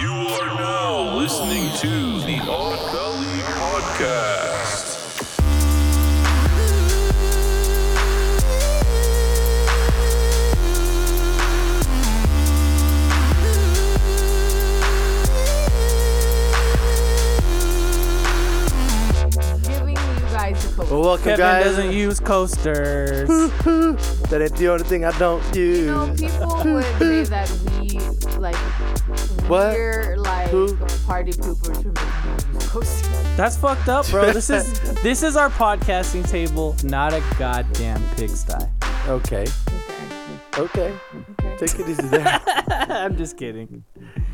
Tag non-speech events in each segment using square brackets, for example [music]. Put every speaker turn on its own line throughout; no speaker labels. You are now listening to the Odd Valley Podcast.
giving you guys a
Well,
coat.
welcome,
Kevin
guys.
doesn't use coasters.
that ain't the only thing I don't
You know,
use.
people
[laughs]
would say that we like
What?
we're like
Who?
party poopers who make you use coasters.
That's fucked up, bro. This is
[laughs]
this is our podcasting table, not a goddamn pigsty. [laughs]
okay,
Okay.
okay.
Okay.
Take it easy there.
[laughs] I'm just kidding.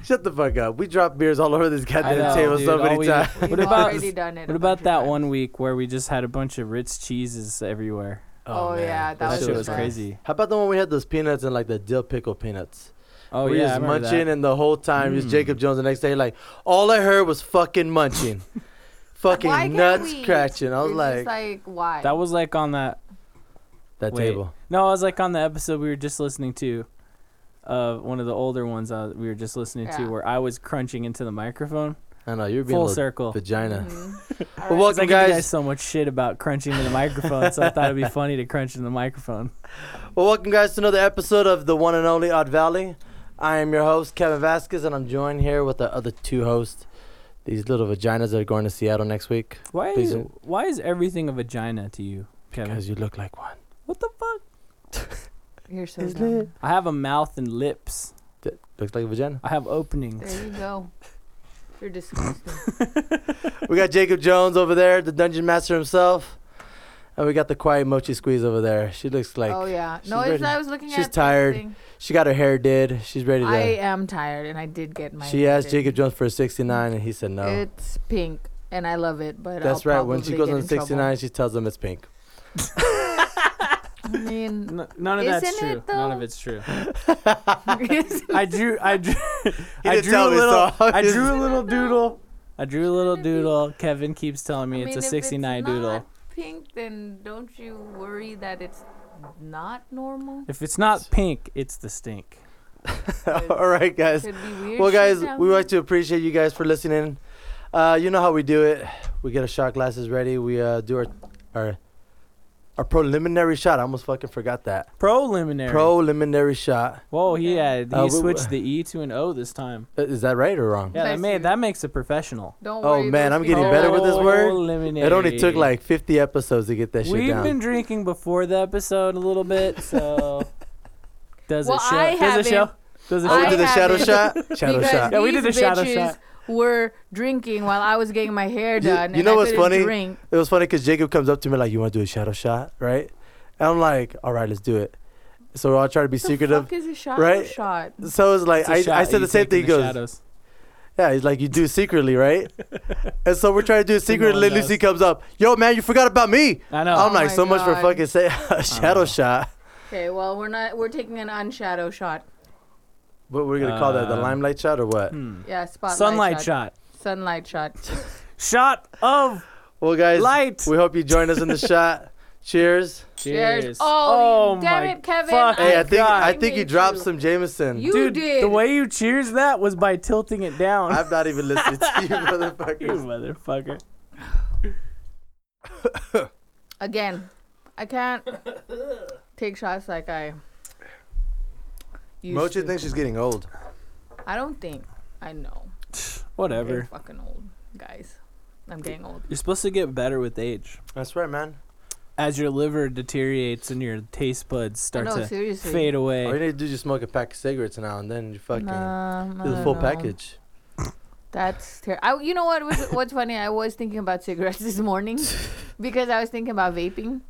Shut the fuck up. We dropped beers all over this
I
goddamn
know,
table so
dude. All
many
we- [laughs]
times.
What
We've
about
already done it a
what about
bunch of
that
times.
one week where we just had a bunch of Ritz cheeses everywhere?
Oh,
man.
yeah, that
That,
was
shit was
bad.
crazy.
How about the one we had those peanuts and like the dill pickle peanuts?
Oh
we
yeah, I
just
remember
munching
that. Hmm.
and the whole time just Jacob Jones the next day like all I heard was fucking
[laughs]
munching, fucking
Why can't
nuts
we?
scratching. I was
We're just
like,
like why?
That was like on that.
that
wait.
table.
No, I was like on the episode we were just listening to, uh, one of the older ones uh, we were just listening
Yeah.
to, where I was crunching into the microphone.
I know you're being a
Full
little
circle.
vagina.
All
Well,
right.
I
welcome
give you
guys.
guys so much shit about crunching in the microphone, so I thought
[laughs]
it'd be funny to crunch in the microphone.
Well, welcome guys to another episode of the one and only Odd Valley. I am your host Kevin Vasquez, and I'm joined here with the other two hosts. These little vaginas that are going to Seattle next week
Why
Please
is
don't.
why is everything a vagina to you, Kevin?
because you look like one.
what the fuck?
You're so
Isn't
dumb.
it?
I have a mouth and lips.
That looks like a vagina.
I have openings.
There you go. You're disgusting.
[laughs] we got Jacob Jones over there, the dungeon master himself, and we got the quiet mochi squeeze over there. She looks like
oh yeah.
she's
No, it's,
ready-
I was looking
she's
at the
tired.
thing.
she got her hair did. She's ready to.
I am tired, and I did get my.
she asked
hair did.
Jacob Jones for a 69, and he said no.
It's pink, and I love it, but
That's
I'll
right. When she
probably
goes
get
on
in trouble.
69, she tells him it's pink.
I
[laughs]
mean, [laughs]
N- none of that's
Isn't it,
true. None of
though?
it's true. [laughs] I drew. I drew.
[laughs] He
I
didn't
drew
tell
a
me,
little.
so
I drew a
Isn't [laughs]
little
it,
doodle. I drew a little
Shouldn't it be-
doodle. Kevin keeps telling me
I mean,
it's
if
a 69 doodle.
Not pink, then don't you worry that it's not normal?
If it's not pink, it's the stink.
[laughs] All right, guys.
Could be weird.
Well,
shit
guys,
down
we
there.
like to appreciate you guys for listening. Uh, you know how we do it. We get our shot glasses ready. We uh, do our our our preliminary shot. I almost fucking forgot that
Preliminary.
preliminary shot.
Whoa, he had he
Uh, we-
switched the E to an O this time.
I- Uh, Is that right or wrong?
Yeah, that
Nice,
made
dude.
that makes a professional.
Don't
Oh,
worry,
man,
those
I'm getting
people-
better with this word?
Preliminary.
It only took like 50 episodes to get that shit
We've
down.
been drinking before the episode a little
[laughs]
bit, so does
Well,
it show?
I
does it show?
haven't.
Does it
oh, we
I
show?
did the shadow
haven't. [laughs]
shot. Shadow
because
shot.
Yeah, we did
these
the shadow
bitches
shot.
Were drinking while I was getting my hair done.
you
and
know
I
what's
couldn't
funny?
Drink.
It was funny because Jacob comes up to me like, "You want to do a shadow shot, right?" And I'm like, "All right, let's do it." So I'll try to be
the
secretive.
fuck is a shot?
right?
Shot.
So it's like
It's a
I,
shot
I said
you
the same
take in
thing. He goes,
shadows.
Yeah, he's like, you do secretly, [laughs] right? and so we're trying to do it secretly.
one
and Lucy
knows.
comes up, yo, man, you forgot about me.
I know. Uh-huh.
I'm
Oh
like,
my
so much for
God.
fucking say [laughs] a shadow shot.
Okay, well we're not. We're taking an unshadow shot.
What we're gonna call that? The
Uh,
limelight shot or what?
Hmm.
Yeah, spotlight.
Sunlight
shot.
shot.
Sunlight
[laughs]
shot.
Shot of
Well, guys,
light.
we hope you join
[laughs]
us in the shot. Cheers.
Cheers.
Cheers.
Oh,
Oh
damn
my
it, Kevin.
fuck.
Hey, I think
God.
I think you
made
dropped
you.
some Jameson.
You
Dude,
did.
the way you cheers that was by tilting it down.
[laughs] I'm not even listening to you,
[laughs] you
motherfuckers.
motherfucker.
Again, I can't take shots like I used
Mochi
to.
thinks she's getting old.
I don't think. I know. I'm getting
Whatever.
fucking old, guys. I'm getting old.
You're supposed to get better with age.
That's right, man.
As your liver deteriorates and your taste buds start
Oh, no,
to
seriously.
fade
All you
away.
need to do is just smoke a pack of cigarettes now and then. You fucking
Um,
do
I
the full
don't know.
package.
That's terrible. You know what? Was, what's funny? I was thinking about cigarettes this
[laughs]
morning because I was thinking about vaping.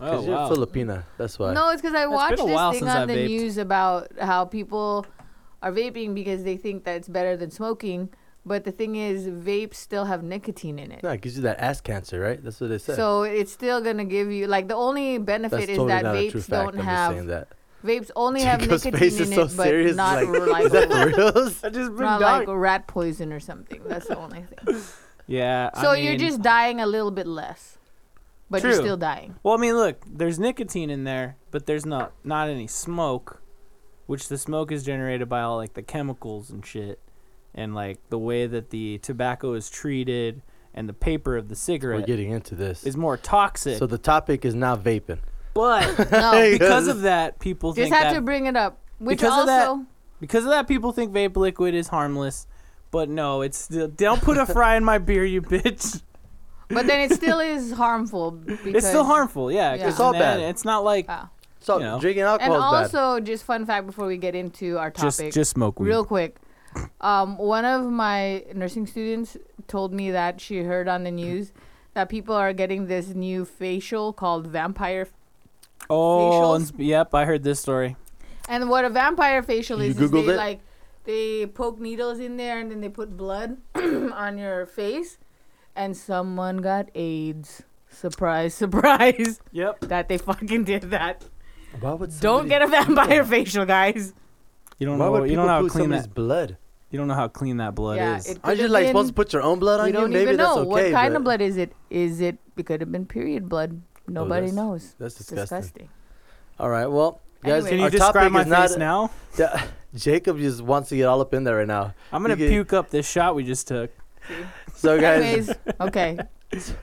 Oh,
Because
wow.
you're Filipina. That's why.
No, it's because I
been
watched
a
this
while
thing
since
on
I
the
vaped.
news about how people are vaping because they think that it's better than smoking. But the thing is, vapes still have nicotine in it.
No, it gives you that ass cancer, right? That's what they said.
So it's still gonna give you like the only benefit
That's
is
totally
that
not a true
vapes
fact.
don't
I'm just saying
have
that.
vapes only have
Jacob's
nicotine
face
in
is
it,
so
but
serious, it's
not
like, [laughs]
like, [laughs]
Is that for reals?
I just been
not
dying.
like rat poison or something. That's the only
[laughs]
thing.
Yeah. I
So you're
mean-
just dying a little bit less, but you're
True.
still dying.
Well, I mean, look, there's nicotine in there, but there's not not any smoke, which the smoke is generated by all like the chemicals and shit. and like the way that the tobacco is treated and the paper of
[laughs]
the
We're
cigarette
getting into this.
is more toxic.
So the topic is not vaping. [laughs]
[laughs]
but
No,
uh,
because of that, people
just
think
have
that
to bring it up. Which
Because of that-
also,
because of that people think vape liquid is harmless. But no, it's still, don't put a fry in my beer, you bitch.
but then it still is harmful.
[laughs]
Because,
It's still harmful, yeah.
Yeah. Uh,
'cause
It's all
bad.
then It's not like
Wow.
So
You know.
drinking
And
alcohol is bad.
also, just fun fact before we get into our topic.
just just smoke weed.
Real quick. Um, one of my nursing students told me that she heard on the news that people are getting this new facial called vampire.
oh,
facials.
and, sp- yep, I heard this story.
And what a vampire facial
You
is, is
Googled
they
it?
like they poke needles in there and then they put blood [clears throat] on your face, and someone got AIDS. Surprise, [laughs] surprise!
Yep.
That they fucking did that.
Why would somebody-
Don't get a vampire facial, guys.
You don't
Why
know.
would
You don't
people
know how
put
clean
somebody's
that.
blood?
You don't know how clean that blood
yeah,
is.
it
Aren't you
could've
like
been-
supposed to put your own blood on
we
you?
don't
Maybe
even know
that's
what
okay.
kind
but
of blood is it. Is it? It could have been period blood. Nobody
that's-
knows.
That's
It's
disgusting.
disgusting.
All right, well, guys,
Anyway.
Can
Can
you
our
describe
topic
my
is not.
face now?
Yeah, [laughs] Jacob just wants to get all up in there right now.
I'm gonna
You get-
puke up this shot we just took.
So
[laughs]
guys,
Anyways, okay.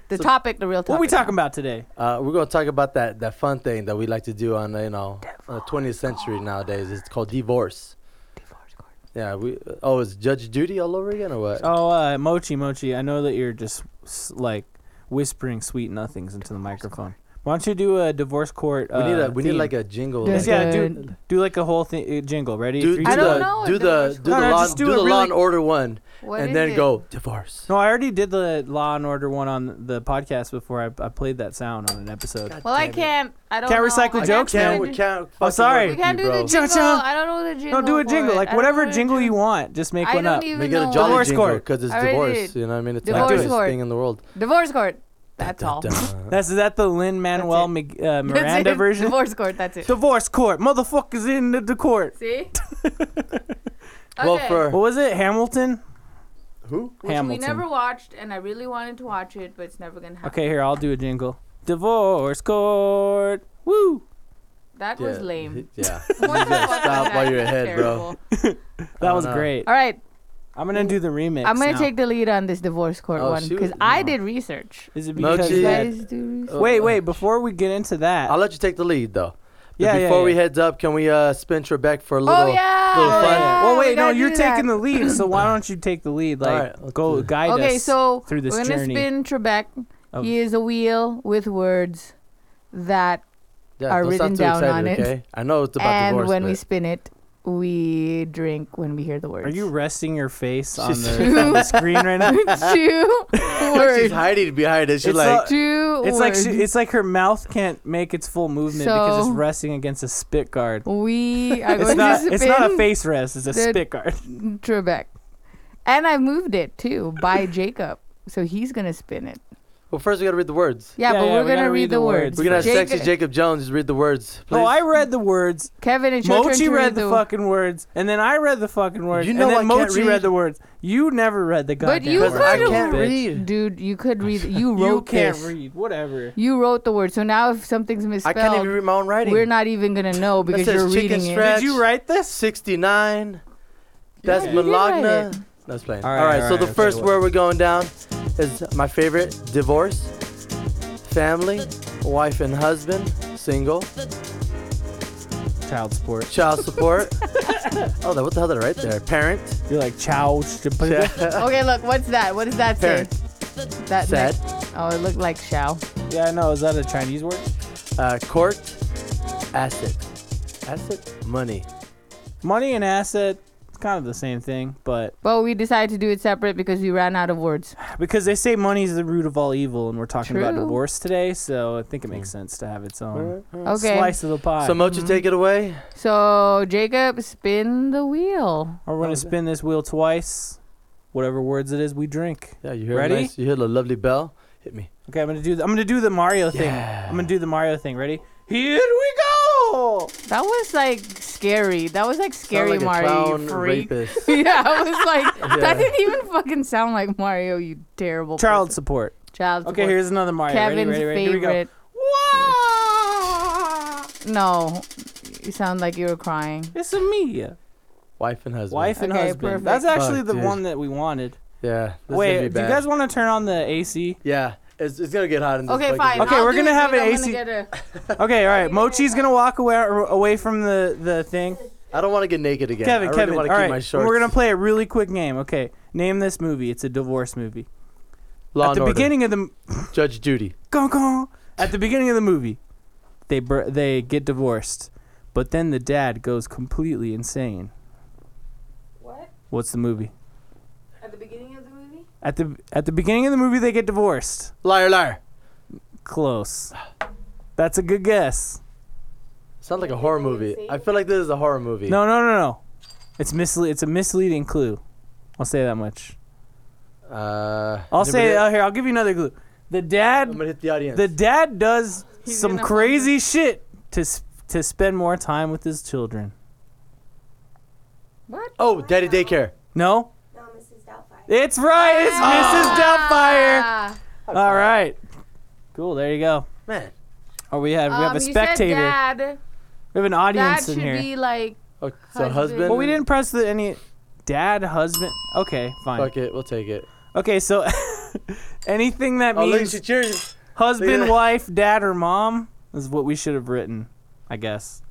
The topic, the real topic.
What are we talking about today?
uh, we're gonna talk about that that fun thing that we like to do on you know on the 20th century nowadays. It's called divorce.
Divorce court.
Yeah, we. Oh, is Judge Judy all over again or what?
Oh, uh, Mochi, Mochi, I know that you're just s- like whispering sweet nothings into the microphone. Why don't you do a divorce court? Uh,
we need a we need
theme?
like a jingle.
Yes,
like-
yeah.
Yeah, do do like a whole thing uh, jingle. Ready?
Do, do
Three,
I
two,
don't
the
one.
know
do
if
the
divorce
do
No,
the
no,
law
just do
do
a
the law
really-
and order one,
What
and
is
then
it? Oh,
go divorce.
No, I already did the Law and Order one on the podcast before. I, I played that sound on an episode.
Well, I can't. I don't.
Can't
know.
recycle
I
jokes,
can't
man.
do
we
the-
can't.
Oh,
fucking
sorry.
We
work
can't
with
do
you,
the
bro.
jingle.
Cha-cha.
I don't know the jingle.
No, do a
for
jingle,
it. I
like
don't
whatever
know the
jingle you want. Just make
I
one
don't
up.
even
Make it
know.
a jolly divorce
Divorce
jingle
court.
because it's
I already
divorce.
did.
You know what I mean? It's
Divorce
the biggest
court.
thing in the world.
[laughs] Divorce court. That's all. That's [laughs]
That's that the Lin Manuel
it.
uh, Miranda
it.
version. Divorce.
Divorce court. That's it.
court, motherfuckers in the, the court.
See.
Well,
Okay.
for
What was it? Hamilton.
who?
Which
Hamilton.
we never watched, and I really wanted to watch it, but it's never gonna happen.
Okay, here I'll do a jingle. Divorce court. Woo.
That was
[laughs]
lame.
Yeah.
What the fuck was
stop while
that?
you're ahead, bro.
Terrible.
That
Oh,
was
no.
great.
All right,
I'm gonna do the remix.
I'm gonna
now.
take the lead on this divorce court
Oh,
one
shoot.
because I
No.
did research.
Is it
Mochi.
because?
You
Yeah.
guys do research.
Wait, wait. Before we get into that,
I'll let you take the lead though. But
Yeah, yeah,
before we
yeah.
heads up, can we uh, spin Trebek for a little?
oh yeah.
little
oh,
fun.
yeah,
well,
we
wait, no,
gotta
you're
do
taking
that.
the lead, so why don't you take the lead?
All
Like,
right, let's
go
do it.
guide
Okay,
us
so
through this
we're gonna
journey. Oh.
spin Trebek.
of-
He is a wheel with words that,
Yeah,
Are
don't
written
sound too
down
excited,
on it.
okay? I know it's about
and
divorce.
when we
but-
[laughs] spin it, we drink when we hear the words. [laughs]
Are you resting your face on
She's-
the, on the screen right now?
two
she's
words?
hiding behind it. She's
It's
like,
not-
Two
It's like
words.
she, it's like her mouth can't make its full movement because
So-
it's resting against a spit guard.
we are
It's
going
not
to
it's not a
spin
face rest, it's a
the- [laughs]
spit guard.
Trebek, and I moved it too by Jacob. So he's gonna spin it.
well, first we gotta read the words.
Yeah,
Yeah,
but
yeah,
we're
we
gonna
gotta
read the words.
We're gonna have
Jacob-
sexy Jacob Jones just read the words. Please.
Oh, I read the words.
Kevin, it's your turn
Mochi
to
read
the
the fucking words, and then I read the fucking words,
You
and
know
then
I can't
Mochi
read.
read the words. You never read the
But
goddamn
you
words.
Because I
could've-
can't
bitch.
read.
Dude, you could read. You wrote
You can't
this.
read. Whatever.
You wrote the word. So now if something's
I
misspelled,
can't even read my own writing.
we're not even gonna know because
says
you're
chicken
reading it.
scratch.
Did you write this?
69. That's
Yeah.
You did write
Malagna.
it.
That's playing.
All
All
right,
right,
all
so
right,
the
okay,
first
what-
word we're going down is my favorite divorce, family, wife and husband, single,
Child support.
child
[laughs]
support. oh, that, what the hell did I write there? Parent.
You're like chow.
[laughs]
Okay, look, what's that? What does that say?
Parent.
That
Sad.
next- Oh, it looked like shao.
Yeah, I know. Is that a Chinese word?
Uh, court, asset. Asset? Money.
Money and asset, it's kind of the same thing, but
But we decided to do it separate because we ran out of words.
because they say money is the root of all evil, and we're talking about
True.
divorce today, so I think it
Hmm.
makes sense to have its own
Okay.
slice of the pie.
So Mochi, take it away.
So Jacob, spin the wheel.
Or we're gonna spin this wheel twice, whatever words it is we drink.
Yeah, you hear
Ready?
Ready? Nice, you hear the lovely bell. Hit me.
Okay, I'm gonna do. The, I'm gonna do the Mario thing.
Yeah.
I'm gonna do the Mario thing. Ready? Here we go.
That was like scary. That was like
Sound
scary
like
Mario.
a
you
clown
freak.
rapist.
[laughs] yeah, I
[laughs]
was like,
Yeah.
that didn't even fucking sound like Mario. You terrible.
Child
person.
support.
Child.
Okay,
support.
here's another Mario.
Kevin's
ready, ready, ready? Here we go.
favorite.
Wow!
No, you sound like you were crying.
It's a me.
Wife and husband.
Wife and
Okay,
husband.
perfect.
That's actually
Fuck,
the
dude.
one that we wanted.
Yeah. this is gonna be
Wait, do you
bad.
guys want to turn on the AC?
Yeah, it's, it's gonna get hot in this.
Okay,
fucking-
fine.
Okay,
I'll
we're
do
gonna
it,
have
dude.
an
I'm
AC
Gonna get a,
Okay,
[laughs]
all right. Mochi's gonna walk away away from the the thing.
I don't want to get naked again.
Kevin,
I really
Kevin.
wanna
all
keep
right,
my shorts.
we're gonna play a really quick game. Okay, name this movie. It's a divorce movie.
Law
At
and
the
Order.
beginning of the m-
Judge Judy.
gong, gong. at the beginning of the movie, they bur- they get divorced, but then the dad goes completely insane.
what?
What's the movie?
At the beginning of the movie?
At the at the beginning of the movie, they get divorced.
Liar, liar.
Close. That's a good guess.
Sounds like a horror movie. I feel like this is a horror movie.
No, no, no, no. It's misle- It's a misleading clue. I'll say that much.
Uh,
I'll
anybody-
say. Oh, here. I'll give you another clue. The
I'm
dad.
gonna hit the audience.
The dad does
He's
some
gonna
crazy shit to s to spend more time with his children.
What?
oh, Daddy Daycare.
No,
No, Mrs. Doubtfire.
it's right. It's Mrs.
Ah.
Doubtfire. All right. Cool. There you go.
Man.
Oh, we have we
Um,
have a
you said
spectator.
dad.
We have an
That
audience
should
in here.
be like
Oh, so
Husband.
husband.
well, we didn't press the any dad husband. Okay, fine.
Fuck it, we'll take it.
Okay, so [laughs] anything that
Oh, look,
means
she cheers.
husband,
that.
wife, dad, or mom is what we should have written, I guess.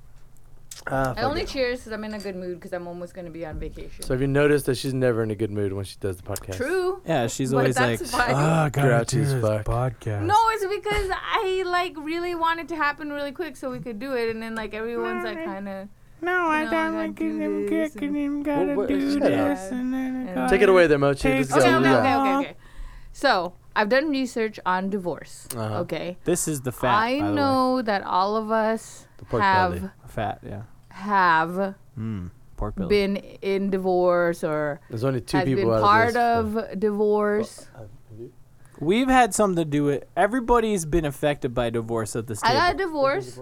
Ah,
I
fuck
only
it.
cheers because I'm in a good mood because I'm almost gonna be on vacation.
So have you noticed that she's never in a good mood when she does the podcast?
True.
Yeah, she's
But
always like,
that's fine.
"Ah, gotta
Grouchy
do
as
this
fuck."
podcast.
No, it's because I like really want it to happen really quick so we could do it, and then like everyone's like kind of.
no, I
No, I
don't
gotta
like
do
him
this
kicking him, gotta
Well, what-
do
shut up.
this, and then I
Take
gotta-
Take it away there, Mochi.
Take-
This is
So,
Okay,
all we
okay,
got.
okay, okay, okay. So I've done research on divorce.
Uh-huh.
Okay,
This is the fat.
I
by the way.
know that all of us
The pork
have
belly.
fat. Yeah.
have
Mm, pork belly.
been in divorce or
There's only two
has
people
been
out
part
this.
of divorce.
We've had something to do with. Everybody's been affected by divorce at this
I got a
table.
divorce.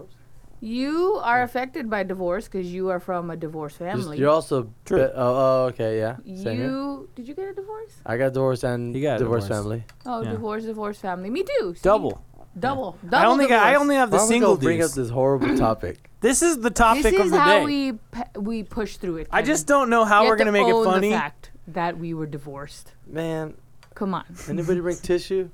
You are affected by divorce because you are from a divorced
Just,
family.
you're also.
True.
Be- oh, oh, okay, yeah. Same here.
you did you get a divorce?
I got divorced and
You got a
divorced
divorce.
family.
Oh,
Yeah.
divorce, divorce, family. Me too. see?
Double.
double, double.
I only got. I
divorce.
only have the
Why don't we
single.
go bring up
dudes.
this
[clears throat]
horrible topic.
This is the
This
topic of
is
the
how
day.
we pe- we push through it.
I
Kevin.
just don't know how
You
we're
have
gonna make
own
it
the
funny. [laughs]
fact that we were divorced.
Man,
Come on.
anybody bring tissue?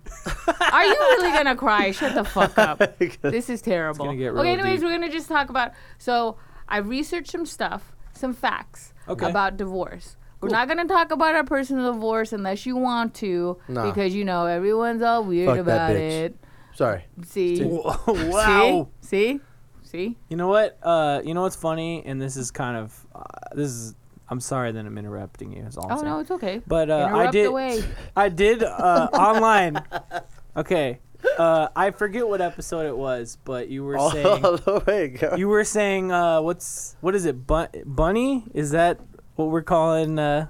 Are you really gonna cry? Shut the fuck
[laughs]
up. This is terrible.
gonna get real
okay, anyways,
deep.
we're gonna just talk about. So I researched some stuff, some facts
Okay.
about divorce. We're
Cool.
not gonna talk about our personal divorce unless you want to,
Nah.
because you know everyone's all weird
Fuck
about
that bitch.
it.
[laughs] Sorry.
[laughs] See,
wow.
see, see, see.
You know what? Uh, you know what's funny, and this is kind of uh, this is. I'm sorry that I'm interrupting you. Is all I'm
Oh
saying.
no, it's okay.
But uh, I
Interrupt
did.
away.
[laughs] I did uh, online. Okay. Uh, I forget what episode it was, but you
[laughs]
were
All
saying
the way. go.
you were saying uh, what's what is it? Bun- bunny? Is that what we're calling uh,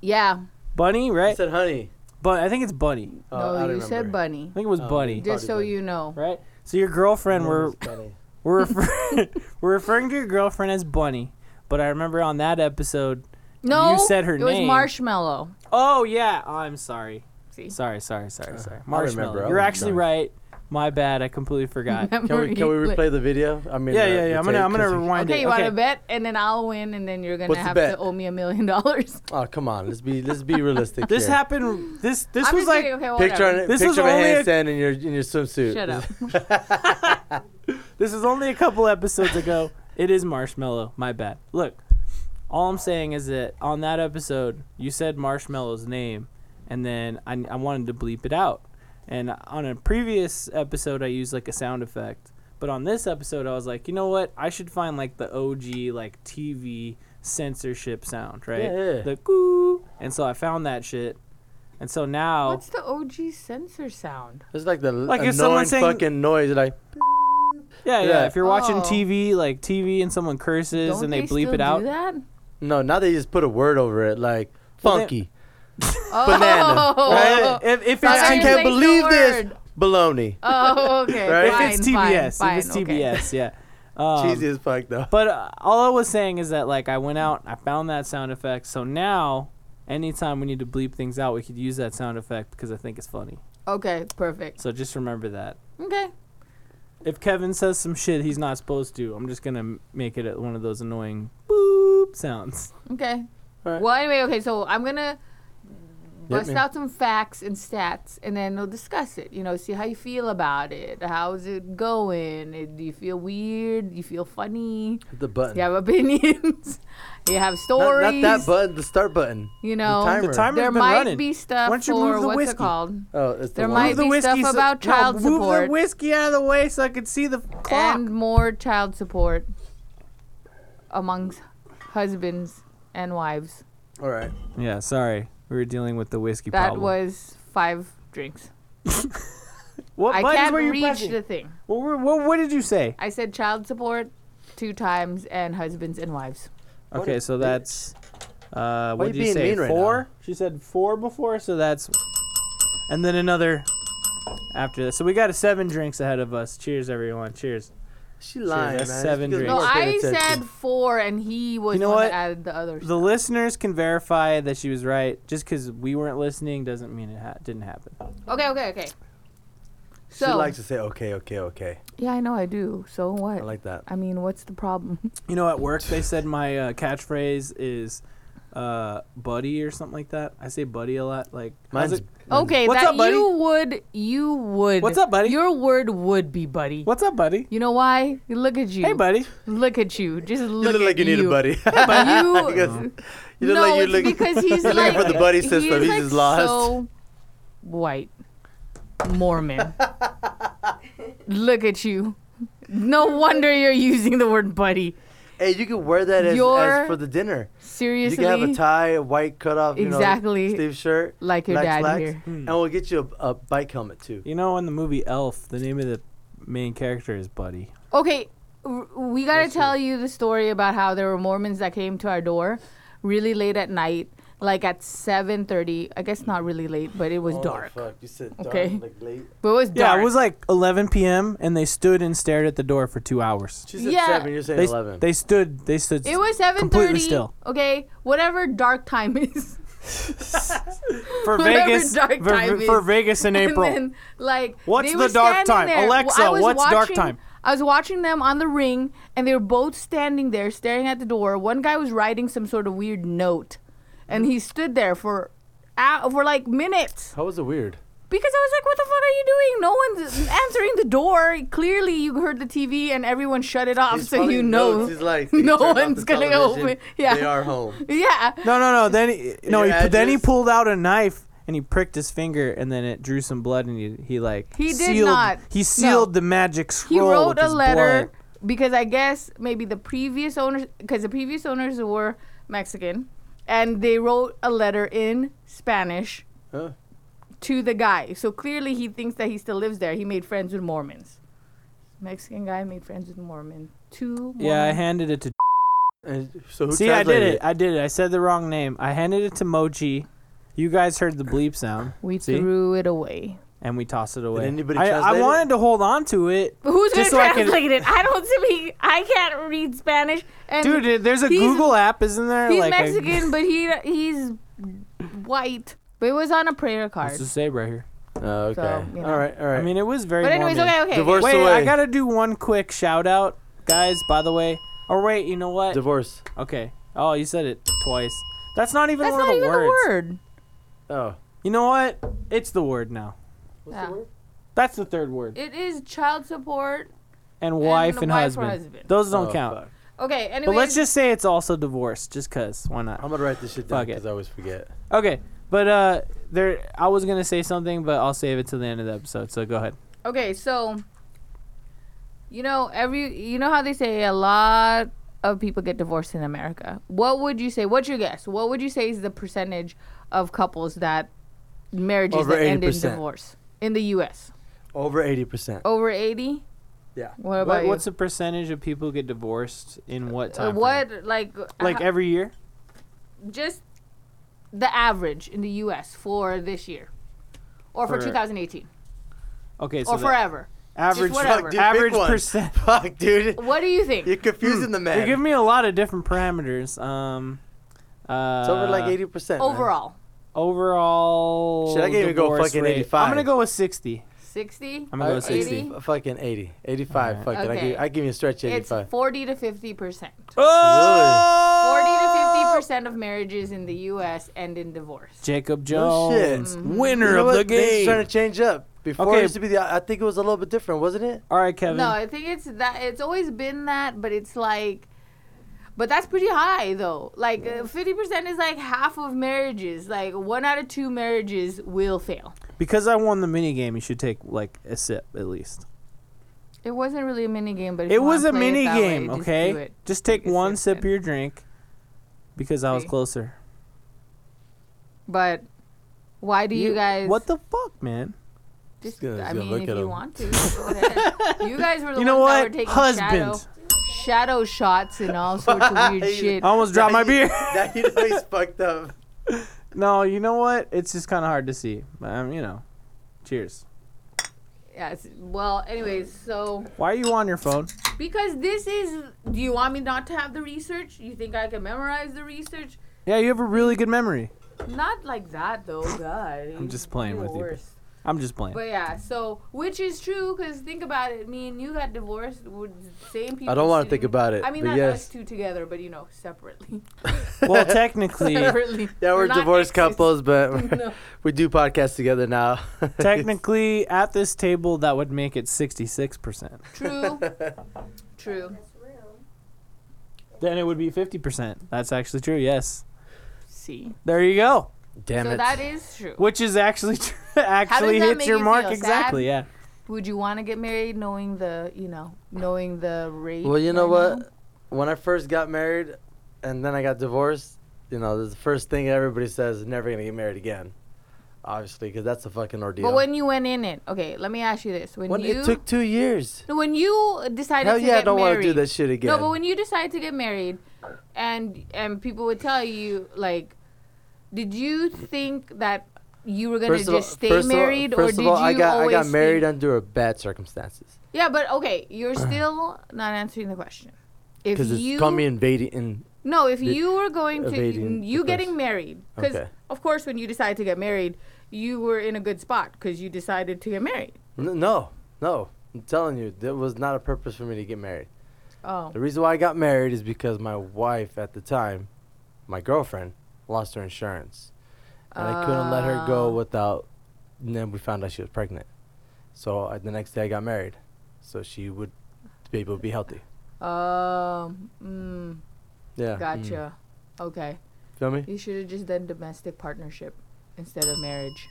Yeah.
bunny?
I
Right?
said honey.
But I think it's bunny.
Oh,
no,
I
you
don't
said
remember.
bunny.
uh, I think it was
Oh,
bunny.
did.
Just so
Bunny.
you know.
Right? So your girlfriend we're
It's funny.
we're refer- [laughs] we're referring to your girlfriend as bunny, but I remember on that episode.
No,
You said her
it
name.
was marshmallow.
Oh yeah, I'm sorry.
See,
Sorry, sorry, sorry, sorry.
remember,
Marshmallow.
Uh, I
You're
was
actually
drunk.
right. My bad. I
[laughs]
completely forgot.
Can we can we
Memory
replay the video? I mean,
Yeah,
uh,
yeah,
the
yeah. I'm gonna,
tape,
I'm gonna
'cause you-
rewind
Okay,
it.
you want to bet, and then I'll win, and then you're gonna
What's the
have
bet?
to owe me a million dollars.
Oh come on, let's be let's be
[laughs]
realistic.
This
here.
happened. This, this
I'm
was
just
like.
kidding, okay,
Picture
whatever.
an,
This was
picture of a
only a-
handstand in your in your swimsuit.
Shut up.
This is only a couple episodes ago. It is marshmallow. My bad. Look, all I'm saying is that on that episode, you said marshmallow's name, and then I, I wanted to bleep it out. And on a previous episode, I used like a sound effect. But on this episode, I was like, you know what? I should find like the OG like TV censorship sound, right?
Yeah.
The goo. And so I found that shit. And so now
What's the OG sensor sound?
[laughs] It's like the
Like if someone
annoying
saying-
fucking noise. Like
Yeah, yeah.
Yeah.
If you're watching
Oh.
TV, like TV, and someone curses
Don't
and they, bleep
still
it out.
Do that?
[laughs]
no, now they just put a word over it, like
Well, they-
funky.
Oh,
Banana,
Right? If, if it's,
Thought
I
you
TV
can't
replaced the
believe this.
word.
Baloney.
Oh, [laughs] okay.
Right?
if
Fine,
it's
fine,
TBS,
fine,
if it's
okay.
TBS, yeah. Um,
Cheesy as fuck though.
But uh, all I was saying is that like I went out, I found that sound effect. So now, anytime we need to bleep things out, we could use that sound effect because I think it's funny.
Okay, perfect.
So just remember that.
Okay.
If Kevin says some shit he's not supposed to, I'm just gonna m- make it a- one of those annoying boop poop sounds.
Okay.
Alright.
Well, anyway, okay. So I'm gonna bust
me.
out some facts and stats, and then we'll discuss it. You know, see how you feel about it. How's it going? Eh, Do you feel weird? Do you feel funny?
Hit The button.
You have opinions. [laughs] you have
not, not
stories.
that button. The start button.
you know,
timer. The
timer's
there
been
might
running.
be stuff
Why don't you
for
move the
what's
whiskey?
it called?
Oh, it's the
There might-
one.
be stuff about
no,
child
Move
support.
the whiskey out of the way so I can see the clock.
And more child support amongst husbands and wives.
All right.
yeah, sorry. We were dealing with the whiskey
That
problem.
was five drinks.
what
I
buttons
can't
were you
reach
pressing?
the thing.
What, were- what, what did you say?
I said child support two times and husbands and wives.
What
okay,
a
so
bitch.
that's.
Why
Uh, what did
you being
you say?
mean right
four?
now?
She said four before, so that's. And then another after that. So we got a seven drinks ahead of us. Cheers, everyone. Cheers.
She lying,
that's
man.
seven
She doesn't
No,
wanna
drinks.
pay
I
attention.
said four and he was
You know
the one
what?
that added the other.
The listeners can verify that she was right. Just because we weren't listening doesn't mean it ha- didn't happen.
okay, okay, okay.
She
So
likes to say okay, okay, okay.
yeah, I know I do. So what?
I like that.
I mean, what's the problem?
You know, at work they said my uh, catchphrase is uh, "buddy" or something like that. I say "buddy" a lot. Like, how's
Mine's
it-
[laughs] okay,
What's
that
up, buddy?
you would, you would.
What's up, buddy?
Your word would be buddy.
"What's up, buddy?"
You know why? Look at you.
Hey, buddy.
Look at you. Just
you
look
look
at
like you need a buddy.
You,
[laughs] Because you look
no,
like you
it's
look-
because he's
[laughs] you're
like
looking for the buddy system.
He's,
He's
like
just lost.
So white,
[laughs]
Mormon. Look at you. No wonder you're using the word buddy.
Hey, you could wear that as,
Your-
as for the dinner.
Seriously,
You can have a tie, a white cutoff, you
Exactly.
know, Steve shirt,
like your
lax,
dad
lax,
here.
and we'll get you a, a bike helmet too.
You know, in the movie Elf, the name of the main character is Buddy.
Okay, r- we gotta tell you the story about how there were Mormons that came to our door really late at night, like at seven thirty. I guess not really late, but it was dark.
Oh, Fuck, you said
dark, Okay. like,
late.
But it was
Yeah,
dark.
it was like 11 p.m. and they stood and stared at the door for two hours.
She said
Yeah.
seven. You're saying
They,
eleven.
they stood. They stood.
It was seven
completely
thirty.
still.
Okay, whatever dark time is.
for
whatever
Vegas.
dark
for,
time
for
is.
Vegas [laughs]
[laughs]
in
And
April.
then, like,
What's
they
the
were
dark
standing
time?
there.
Alexa,
I was
what's dark
watching-
time?
I was watching them on the ring, and they were both standing there, staring at the door. One guy was writing some sort of weird note, and he stood there for, uh, for like minutes.
How was it weird?
Because I was like, what the fuck are you doing? No one's answering the door. Clearly, you heard the TV and everyone shut it off,
He's
so
probably
you know.
notes. He's
[laughs]
like,
no
he turned off the
one's gonna
television.
open. Yeah.
They are home.
yeah.
No, no, no. Then
[laughs]
he, no,
your
he, pu- then he
address?
pulled out a knife and he pricked his finger and then it drew some blood and he, he like
He did
sealed,
not.
He sealed
No.
the magic
he
scroll.
wrote
with
a
his
letter
blood.
because I guess maybe the previous owners, because the previous owners were Mexican, and they wrote a letter in Spanish
Huh.
to the guy. So clearly, he thinks that he still lives there. He made friends with Mormons. Mexican guy made friends with Mormon. Two. Mormon.
Yeah, I handed it to.
And so who
See, I did
translated
it. I did it. I said the wrong name. I handed it to Mochi. You guys heard the bleep sound.
we
See?
threw it away. [laughs]
and we toss it away.
anybody
I, I
translate it?
wanted to hold on to it.
But who's
Just so I
gonna
can-
translate it? I don't speak. I can't read Spanish. And
Dude, it- there's a
he's-
Google app, isn't there?
he's
like a-
Mexican, but he he's white. But it was on a prayer
What's
card.
it say right here?
Oh, okay.
So, you know.
All right. All right.
I mean, it was very.
But anyways,
Mormon.
okay, okay.
Divorce
Wait,
away.
I gotta do one quick shout out, guys. By the way, or wait, you know what?
divorce.
okay. Oh, you said it twice. That's not even
That's
one
not
of the
even
words.
a word.
Oh.
You know what? It's the word now.
Yeah.
That's the third word.
It is child support.
And wife and,
wife or
husband.
husband.
Those don't
Oh,
count.
fuck.
Okay, anyway.
But let's just say it's also divorce, just cause. Why not?
I'm gonna write this shit
Fuck
down
it.
because I always forget.
Okay, but uh, there I was gonna say something, but I'll save it till the end of the episode. So go ahead.
Okay, so you know every you know how they say a lot of people get divorced in America. What would you say? What's your guess? What would you say is the percentage of couples that marriages
Over
that end in
80%.
divorce in the U.S.
Over eighty percent.
Over eighty?
Yeah.
What about
What,
you?
what's the percentage of people get divorced in what
Uh,
time? frame?
what Uh, like
Like
ho-
every year?
just the average in the U.S. for this year or for,
For-
2018
Okay, so
or
the
forever?
average
whatever. Fuck,
Fuck, dude,
dude,
average
pick one. [laughs]
percent.
Fuck, dude.
What do you think?
You're confusing the man.
They give me a lot of different parameters. Um, uh,
it's over like eighty percent.
Overall,
Overall,
Shit, I can't even go
divorce
fucking
rate.
85.
I'm gonna go with sixty.
60.
I'm gonna go with
Uh, 80?
sixty.
Fucking 80. 85.
Alright.
Fuck it. I
Okay.
give, I give you a stretch
It's
85.
40 to 50 percent.
Oh,
40 percent of marriages in the U.S. end in divorce.
Jacob
No shit.
Jones,
Mm-hmm.
winner
You know
of the
what? They're just trying
game.
to change up. Before
Okay.
it used to be the, I think it was a little bit different, wasn't [laughs] it?
All right, Kevin.
No, I think it's that. It's always been that, but it's like, but that's pretty high though. Like uh, fifty percent is like half of marriages. Like one out of two marriages will fail.
Because I won the mini game, you should take like a sip at least.
It wasn't really a mini game, but if
It
you wanna
was a
play it
mini
that way,
game,
just
okay?
do
Just,
it.
take,
Take a
one
sip
sip of your drink because I was
See?
closer.
But why do you, guys?
What the
[laughs]
fuck, man?
Just,
This guy's
I
gonna
mean,
look
if
at
you
him.
want to, go ahead. You guys were the
[laughs]
You know
ones that were
what?
taking
Husband.
shadow, shadow shots and all sorts
[laughs]
of weird
He's-
shit.
I
[laughs]
almost dropped my
Now you- [laughs]
beer.
now you know he's fucked up.
no, you know what? It's just kind of hard to see. But, um, you know, cheers.
Yes. Well, anyways, so.
Why are you on your phone?
Because this is. Do you want me not to have the research? You think I can memorize the research?
Yeah, you have a really good memory.
Not like that, though. God.
I'm just playing
you're
with
the
you.
worst.
I'm just playing.
But yeah, so which is true? Because think about it. Me and you got divorced. With the same people.
I don't want to
sitting-
think about it.
I mean,
but
not us
yes.
two together, but you know, separately.
[laughs]
Well,
[laughs]
technically,
separately.
Yeah, we're,
not exes.
divorced couples, [laughs] but
[laughs] No.
we do podcasts together now. [laughs]
technically, at this table, that would make it 66%.
[laughs]
True. True.
Then it would be 50%. That's actually true, yes.
See.
There you go.
Damn
so
it.
that is true.
Which is actually tr- [laughs] actually
that
hits
make
your
you
mark
feel?
exactly, yeah.
Would you want to get married knowing the, you know, knowing the rate?
Well, you know
right now?
what? When I first got married and then I got divorced, you know, the first thing everybody says is never going to get married again. Obviously, because that's a fucking ordeal.
But when you went in it, okay, let me ask you this: when,
When
you
it took two years.
no, when you decided
Hell
to
yeah, I
get
don't want
married,
to do that shit again.
no, but when you decide to get married, and and people would tell you like, did you think that you were gonna
First of all-
just stay
first of all-
married, or
first
did
of all,
you
I got, I
always
got married
think-
under bad circumstances.
yeah, but okay,
[clears throat]
you're still not answering the question. If
Because it's
you
called me invading. In,
No, if
The-
you were going to
evading
you
the
getting
question.
married, because
Okay.
of course when you decide to get married, you were in a good spot because you decided to get married.
N- no, no. I'm telling you, there was not a purpose for me to get married.
Oh,
The reason why I got married is because my wife at the time, my girlfriend, lost her insurance. And I couldn't let her go
Oh.
without. And then we found out she was pregnant. So uh, the next day I got married. So she would be able to be healthy.
um, mm,
Yeah. Mm.
gotcha. Okay,
Feel me?
you should have just done domestic partnership instead of marriage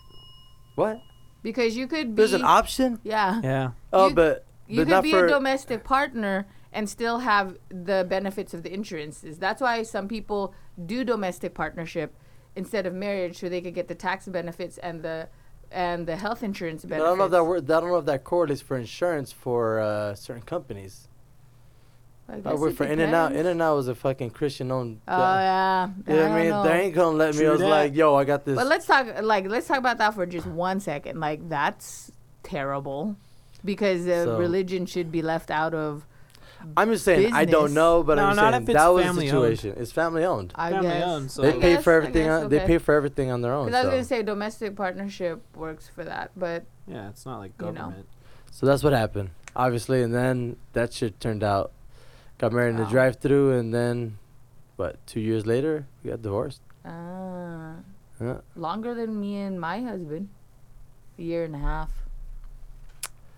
What?
because you could be
There's an option?
yeah
Yeah.
Oh,
You-
but.
you
but not
could be
for,
a domestic partner and still have the benefits of the insurances. That's why some people do domestic partnership instead of marriage, so they could get the tax benefits and the and the health insurance
but I
benefits.
don't know if that word, I don't know if that correlates for insurance for uh, certain companies.
I
I
guess
work
it
for In and Out.
depends.
In and Out was a fucking Christian owned.
Oh yeah,
You know what I mean?
don't
They
know.
ain't gonna let me.
True
I was
that.
like, yo, I got this.
But let's talk like let's talk about that for just one second. Like that's terrible because uh,
So-
religion should be left out of.
I'm just saying I don't
business.
know, but
No,
I'm
not
just saying
if it's
that was the
family
situation. It's family owned.
I
Family
guess
owned, so-
I
They pay
guess-
for
I
everything.
guess,
on, They
okay.
pay for everything on their own.
Because I was
So.
gonna say domestic partnership works for that, but
Yeah, it's not like
You know.
government.
so that's what happened, obviously. And then that shit turned out. Got married in the
Wow.
drive-through, and then, what? Two years later, we got divorced.
uh,
Yeah.
longer than me and my husband, a year and a half.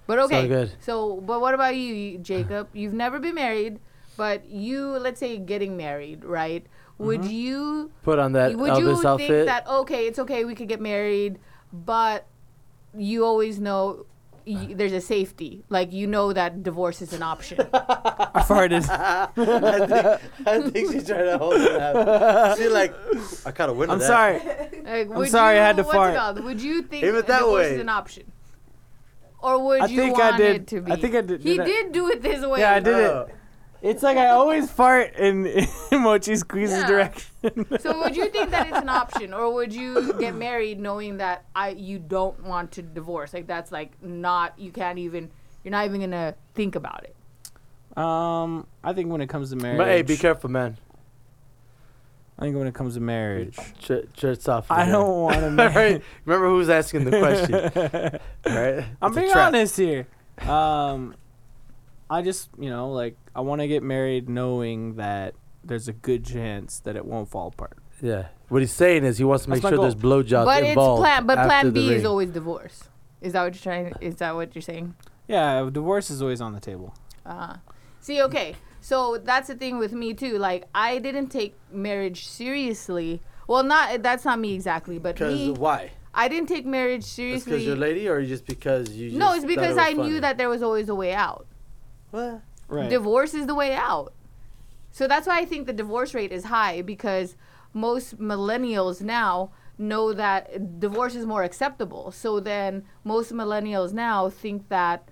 But
It's all
okay,
good.
so but what about you, you-
[sighs]
Jacob? You've never been married, but you let's say getting married, right? Would you
Put on Mm-hmm. that
would you
Elvis
think
outfit.
that okay, it's okay, we could get married, but you always know y- there's a safety, like you know that divorce is an option.
I [laughs]
[laughs]
farted.
I, think, I think she's trying to hold it up. She like, I caught a wind.
I'm
of that.
sorry.
Like, would
sorry, I had to
what's it
fart.
called? Would you think
Even that
divorce
way.
is an option? Or would
I
you
think I
want
did-
it to be?
I think I did-
He
did I-
did do it this way.
Yeah, I did
Oh.
it. It's like I always fart in, [laughs] in Mochi Squeeze's
Yeah.
direction.
So would you think that it's an option, or would you get married knowing that I you don't want to divorce? Like that's like not you can't even you're not even gonna think about it.
Um, I think when it comes to marriage,
But hey, be careful, man.
I think when it comes to marriage,
Ch- Shirts off.
I
here.
don't
[laughs]
want to
All
marry.
right. Remember who's asking the
[laughs]
question. All right.
I'm
It's a
being
trap.
honest here. Um, I just you know like I want to get married knowing that there's a good chance that it won't fall apart.
Yeah. What he's saying is he wants to
That's
make
my
sure there's blowjobs
but it's
involved.
plan. But
after
plan
the
B is
ring.
always divorce. Is that what you're trying? Is that what you're saying?
Yeah, divorce is always on the table.
Uh, see, okay. So that's the thing with me too. Like I didn't take marriage seriously. Well, not that's not me exactly, but me.
why?
I didn't take marriage
Just
seriously.
because you're a lady, or just because you?
no, it's
just thought it
because
was
I
funny?
knew that there was always a way out.
What?
Right.
Divorce is the way out. So that's why I think the divorce rate is high because most millennials now know that divorce is more acceptable. So then most millennials now think that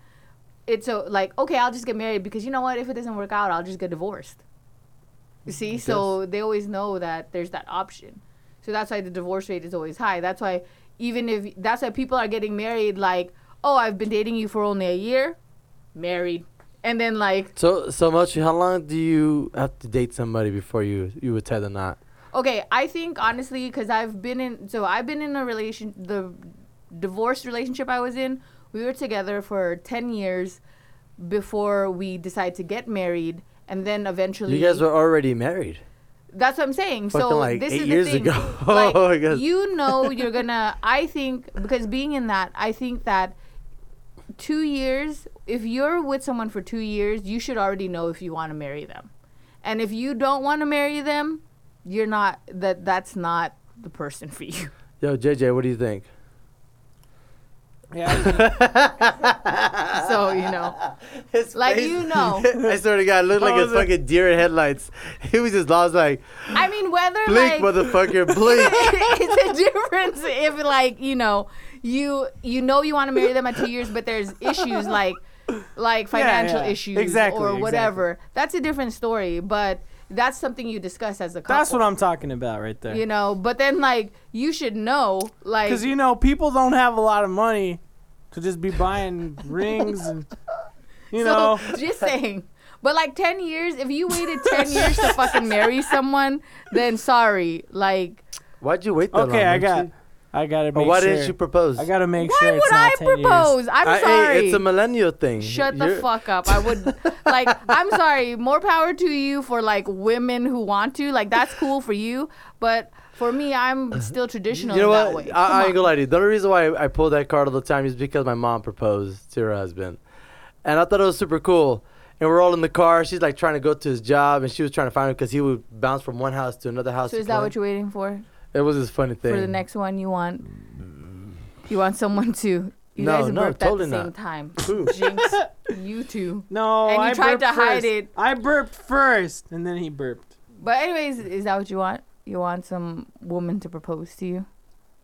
it's a, like, okay, I'll just get married because you know what? If it doesn't work out, I'll just get divorced. You see? So they always know that there's that option. So that's why the divorce rate is always high. That's why even if that's why people are getting married like, oh, I've been dating you for only a year, married. And then like
So so much. How long do you have to date somebody before you you would tie the knot?
Okay, I think honestly, because I've been in, so I've been in a relation, the divorce relationship I was in. We were together for ten years before we decided to get married, and then eventually
You guys were already married.
That's what I'm saying.
Fucking,
So
like,
this
eight
is
years
the thing.
ago.
Like,
[laughs] Oh my God.
you know you're gonna. I think because being in that, I think that two years. If you're with someone for two years, you should already know if you want to marry them, and if you don't want to marry them, you're not that. That's not the person for you. [laughs]
Yo, JJ, what do you [laughs] think?
Yeah, I think-
So you know, like you know.
[laughs] I swear to God, it looked like
How
a
was it?
fucking deer in headlights. [laughs] He was just lost, like
I mean, whether like
blink, motherfucker, blink.
[laughs] it's a difference if like you know you you know you want to marry them at two years but there's issues like like financial
yeah.
issues
Exactly,
or
exactly.
whatever that's a different story but that's something you discuss as a couple
that's what I'm talking about right there.
you know but then like you should know like
Because you know, people don't have a lot of money to just be
[laughs]
buying rings and you know.
so, [laughs] just saying but like 10 years if you waited 10 years to fucking marry someone then sorry like
Why'd you wait that long?
Okay, I got,
Nipsey?
I gotta make
Or why
sure.
didn't you propose?
I gotta make
why
sure it's
would
not
i
10 years.
propose i'm
I- hey,
sorry
it's a millennial thing.
Shut the
You're-
fuck up. I
[laughs]
would like I'm sorry, more power to you for like women who want to. Like that's cool for you, but for me I'm still traditional
Mm-hmm. You know
that
what?
way. Come
I, I
on.
ain't gonna lie to you. The only reason why I, I pull that card all the time is because my mom proposed to her husband, and I thought it was super cool. And we're all in the car. She's like trying to go to his job, and she was trying to find him because he would bounce from one house to another house.
so is that what you're waiting for?
It was this funny thing. Mm.
For the next one you want you want someone to you
No,
guys
no,
burped
totally
at the same
not.
time.
Who?
Jinx,
[laughs]
you two.
No,
And you
I
tried to
burped
hide
first.
it.
I burped first, and then he burped.
But anyways, is that what you want? You want some woman to propose to you?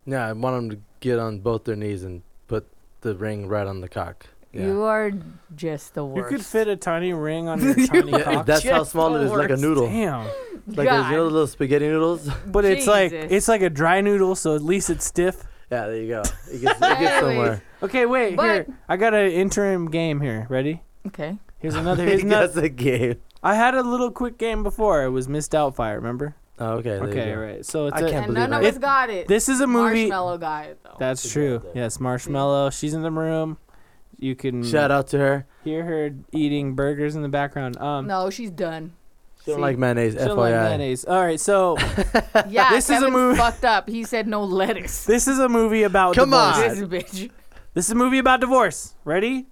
Yeah, I want them to get on both their knees and put the ring right on the cock. Yeah.
You are just the worst.
You could fit a tiny ring on [laughs] your tiny
Yeah,
cock.
that's how
Just
small
the
it is, like a
worst.
noodle.
Damn.
Like those, you know,
God.
those little spaghetti noodles.
But it's like
Jesus.
it's like a dry noodle, so at least it's stiff.
[laughs] yeah, there you go. It
[laughs]
gets, it gets somewhere.
Okay, wait
But-
here. I got an interim game here. Ready?
Okay.
[laughs] Here's another. Here's
It
another.
gets a game.
I had a little quick game before. It was Miss Doubtfire. Remember?
Oh, okay. There
Okay,
you go.
right. So it's
I
a-
can't
And
believe
none of
I-
us got it.
This is a movie.
Marshmallow got it though.
That's true. Yes, Marshmallow. She's in the room. You can
Shout out to her.
hear her eating burgers in the background. Um,
No, she's done.
She don't
See?
like mayonnaise.
she don't
FYI.
like mayonnaise. All
[laughs]
right, so
Yeah,
This is a
Kevin's [laughs]
movie-
fucked up. He said no
[laughs]
lettuce.
this is a movie about
Come
divorce.
on.
This bitch.
This is a movie about divorce. Ready?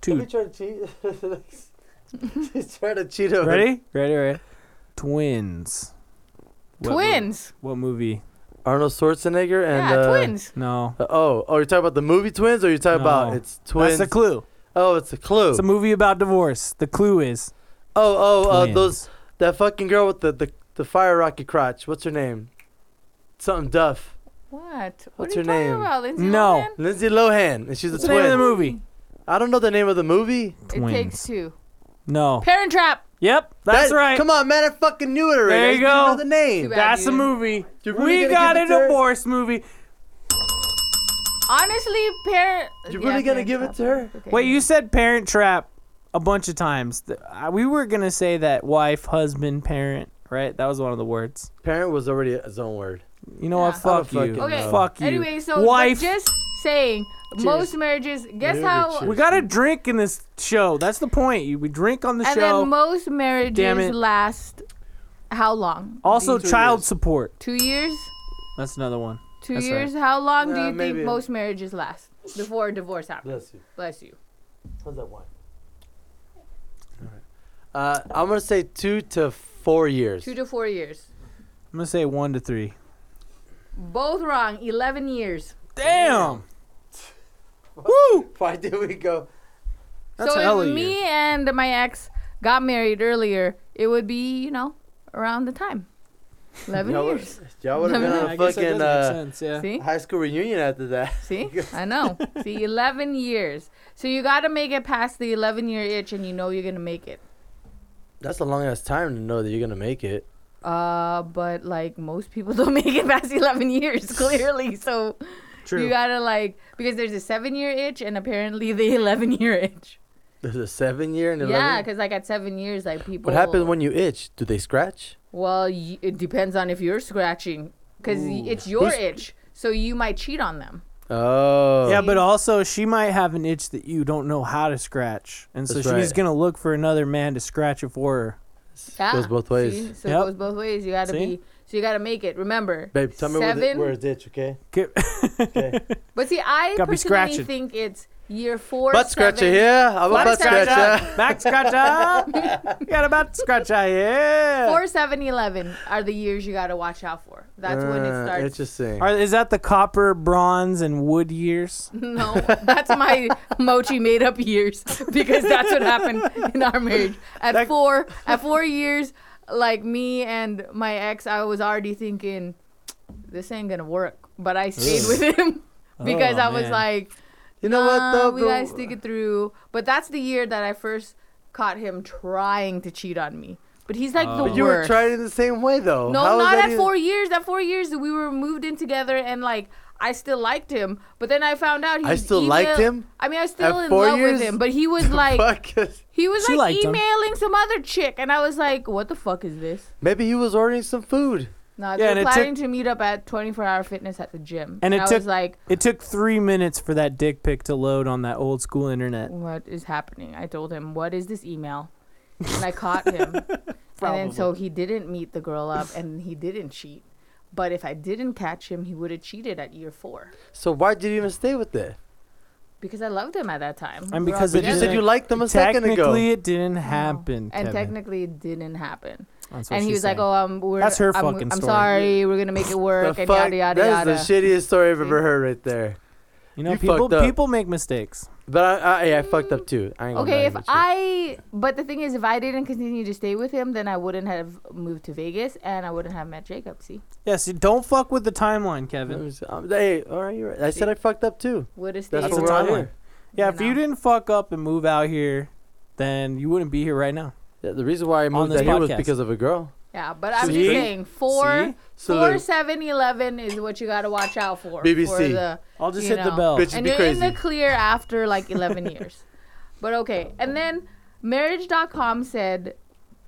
Two.
trying to
[laughs]
cheat. [laughs] She's trying to cheat him.
Ready? Ready? Ready? Twins. What mo-
twins.
what movie?
Arnold Schwarzenegger and
yeah,
uh,
twins.
No.
uh, oh, oh, you're talking about the movie Twins, or you're talking about
No.
it's twins?
That's the clue.
oh, it's a clue.
It's a movie about divorce. The clue is
oh, oh, uh,
twins.
those that fucking girl with the, the the fire rocky crotch. What's her name? Something Duff.
What?
What's
what are
her
you talking
name?
About? Lindsay
No.
Lohan?
Lindsay Lohan, and she's
What's
a
the name
twin.
of the movie?
I don't know the name of the movie.
Twins.
It takes two.
No.
Parent Trap.
Yep. That's
That-
right.
Come on, man, I fucking knew it already.
There
I
you
just didn't
go.
know the name.
Too bad.
That's
Yeah,
the
dude.
movie.
You're really
we
gonna
got
give
a
it to her?
divorce movie.
Honestly, parent.
You really gonna give it to her?
Okay.
Wait, you said parent trap a bunch of times. Th- I- We were gonna say that wife, husband, parent, right? That was one of the words.
Parent was already his own word.
You know what?
Yeah.
Fuck
I
you.
don't fucking
Okay.
know.
Fuck you.
Anyway, so but
wife.
just saying, Most marriages, guess
Really?
how?
Cheers.
We got to drink in this show. That's the point. You- We drink on the
And
show.
then most marriages
it.
last how long?
also,
These are
child
yours.
support.
Two years?
That's another one.
Two
That's
years? How long do
Nah,
you
maybe-
think most marriages last before a divorce happens?
Bless you.
Bless you.
How's that wine? Uh, I'm gonna say two to four years.
Two to four years.
I'm gonna say one to three.
Both wrong. Eleven years.
Damn. Woo!
Why did we go?
That's
so
a hell
if
of
me
you.
and my ex got married earlier, it would be you know around the time. Eleven
[laughs] Y'all would
years.
have been on
I
a
guess that
fucking
does make
uh,
sense, yeah.
See.
high school reunion after that. [laughs]
See, I know. See, 11 years. So you got to make it past the 11 year itch and you know you're going to make it.
That's a long ass time to know that you're gonna make it. [laughs]
Uh, but like most people [laughs] don't make it past 11 years, [laughs] clearly. So you
True.
got to like, because there's a seven year itch and apparently the [laughs] 11 year itch.
There's a seven year and
Yeah, 'cause
eleven.
Yeah, because like at seven years, like people.
What happens when you itch? Do they scratch?
Well, y- it depends on if you're scratching because it's your itch. So you might cheat on them.
Oh.
yeah, but also she might have an itch that you don't know how to scratch, and so
That's
she's
right.
gonna look for another man to scratch it for her.
Yeah.
Goes both ways.
Ah, See? So
Yep.
it goes both ways. You got to
See?
be. So you got to make it. Remember.
Babe, tell me where, the,
seven-
where it's itch, okay?
Get- [laughs]
Okay.
But see, I
Gotta be
personally
scratching.
think it's year four.
butt scratcher
seven-
here. I'm a
Butt
butt
scratcher.
scratcher.
back scratcher. you got a back scratcher, yeah.
Four, seven, eleven are the years you got to watch out for. That's when it
Uh,
starts.
Interesting.
Are, is that the copper, bronze, and wood years?
No, that's my mochi made up years because that's what happened in our marriage. At four, at four years, like me and my ex, I was already thinking, this ain't gonna work. But I stayed
Ugh.
with
[laughs]
him because
Oh,
I was
man.
like,
You know what
"Nah,
though,
we
bro?
gotta stick it through. But that's the year that I first caught him trying to cheat on me. But he's like the
But
worst.
Uh, You were trying in the same way though.
No,
How is
not
that
at
even-
four years. At four years, we were moved in together, and like I still liked him. But then I found out he
I
was
still liked him?
I mean, I was still
At
in
four
love
years?
with him, but
[laughs]
he was like
Fuck it.
he was
She
like
liked him.
emailing some other chick, and I was like, what the fuck is this?
Maybe he was ordering some food.
No,
Yeah,
they
and
were
it
planning to meet up at 24 Hour Fitness at the gym,
And it
I
took-
was like,
It took three minutes for that dick pic to load on that old school internet.
what is happening? I told him, what is this email? And I caught
[laughs]
him, and then so he didn't meet the girl up, and he didn't cheat. But if I didn't catch him, he would have cheated at year four.
So why did you even stay with it?
Because I loved him at that time.
And
We were
because
all
it
You
Yeah.
said you liked them a second
Technically,
ago.
it didn't happen.
Oh. and
Kevin.
technically it didn't happen.
That's what
And he
she's
was like,
saying.
"Oh, um, we're
That's her
I'm,
fucking
I'm
story.
sorry, we're gonna make it work." and yada yada
That's
yada.
the shittiest story I've ever heard right there.
you know,
you
people
fucked up."
people make mistakes."
But I, I, yeah, I fucked up too. I ain't gonna lie
okay, if
to you.
I but the thing is, if I didn't continue to stay with him, then I wouldn't have moved to Vegas and I wouldn't have met Jacob. See,
Yes, you don't fuck with the timeline,
Let
Kevin.
me see. Um, Hey, all right, you're right. I said I fucked up too.
would have stayed.
That's
It's
what
a
we're on
timeline.
here.
Yeah,
you
if you
know.
didn't fuck up and move out here, then you wouldn't be here right now.
Yeah, the reason why I moved
this
out here was
podcast.
because of a girl.
yeah, but I'm
See?
just saying four.
See?
So
four
the-
seven eleven is what you gotta watch out for. For
BBC.
the,
I'll just
you
hit the
know.
bell.
Bitch. It'd
and
be
you're in the
crazy.
clear after like
[laughs]
11 years. But okay. And then marriage.com said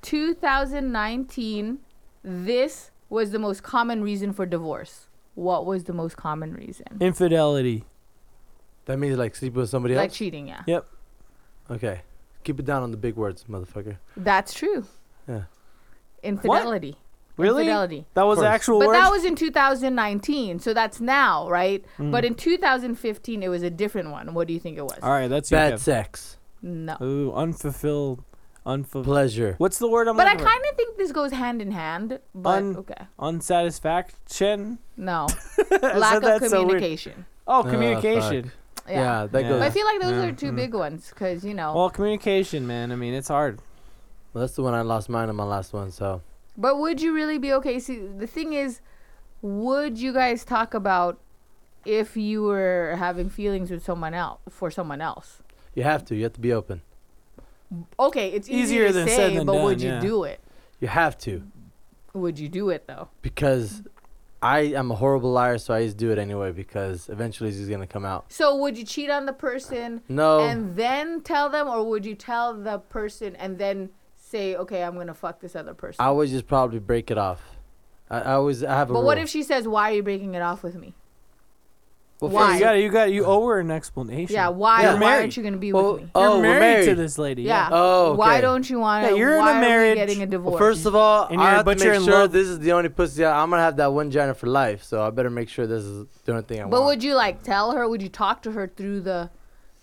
2019 this was the most common reason for divorce. What was the most common reason?
Infidelity.
that means like sleep with somebody
Like
else.
cheating, yeah.
Yep.
Okay, keep it down on the big words, motherfucker.
That's true.
Yeah.
Infidelity.
Really?
Infidelity.
That was
Of course.
actual
But
words.
that was in 2019, so that's now, right?
Mm.
But in 2015, it was a different one. What do you think it was?
All right, that's you.
Bad
Kevin.
sex,
No.
Ooh, unfulfilled, unfulfilled.
pleasure.
What's the word I'm
But I
looking for?
kind of think this goes hand in hand. But
Un-
okay.
[laughs]
Unsatisfaction. [laughs]
No.
I
Lack
said that
of
[laughs] so weird.
communication.
oh,
Ah,
communication.
yeah.
yeah.
that
Yeah.
goes.
But I feel like those
Yeah.
are
Mm.
two big ones because, you know.
well, communication, man. I mean, it's hard.
well, that's the one I lost mine on my last one. So
but would you really be okay? See, the thing is, would you guys talk about if you were having feelings with someone else for someone else?
you have to. You have to be open.
Okay, it's
Easier
easier, to
than
say,
said than
but would
done,
you
yeah.
do it?
You have to
Would you do it though?
because I am a horrible liar, so I just do it anyway because eventually it's just gonna come out.
So would you cheat on the person
Oh.
No,
and then tell them, or would you tell the person and then say, "Okay, I'm gonna fuck this other person"?
I would just probably break it off. I, I always I have a
but what
rule.
if she says, "Why are you breaking it off with me?"
Well,
Why?
You got to you got you owe her an explanation.
Yeah, why?
Yeah.
Why
Married.
aren't you gonna be
Well,
with me?
You're
oh, we're
married, to
married.
this lady.
Yeah.
Oh,
Why
okay.
don't you want to?
Yeah, you're in a
why are we
marriage.
getting a divorce.
Well, first of all,
And
I
you're-
have
but
to
you're
make
in
sure
love.
this is the only pussy I, I'm gonna have that one vagina for life. So I better make sure this is the only thing I
but
want.
would you like tell her? Would you talk to her through the,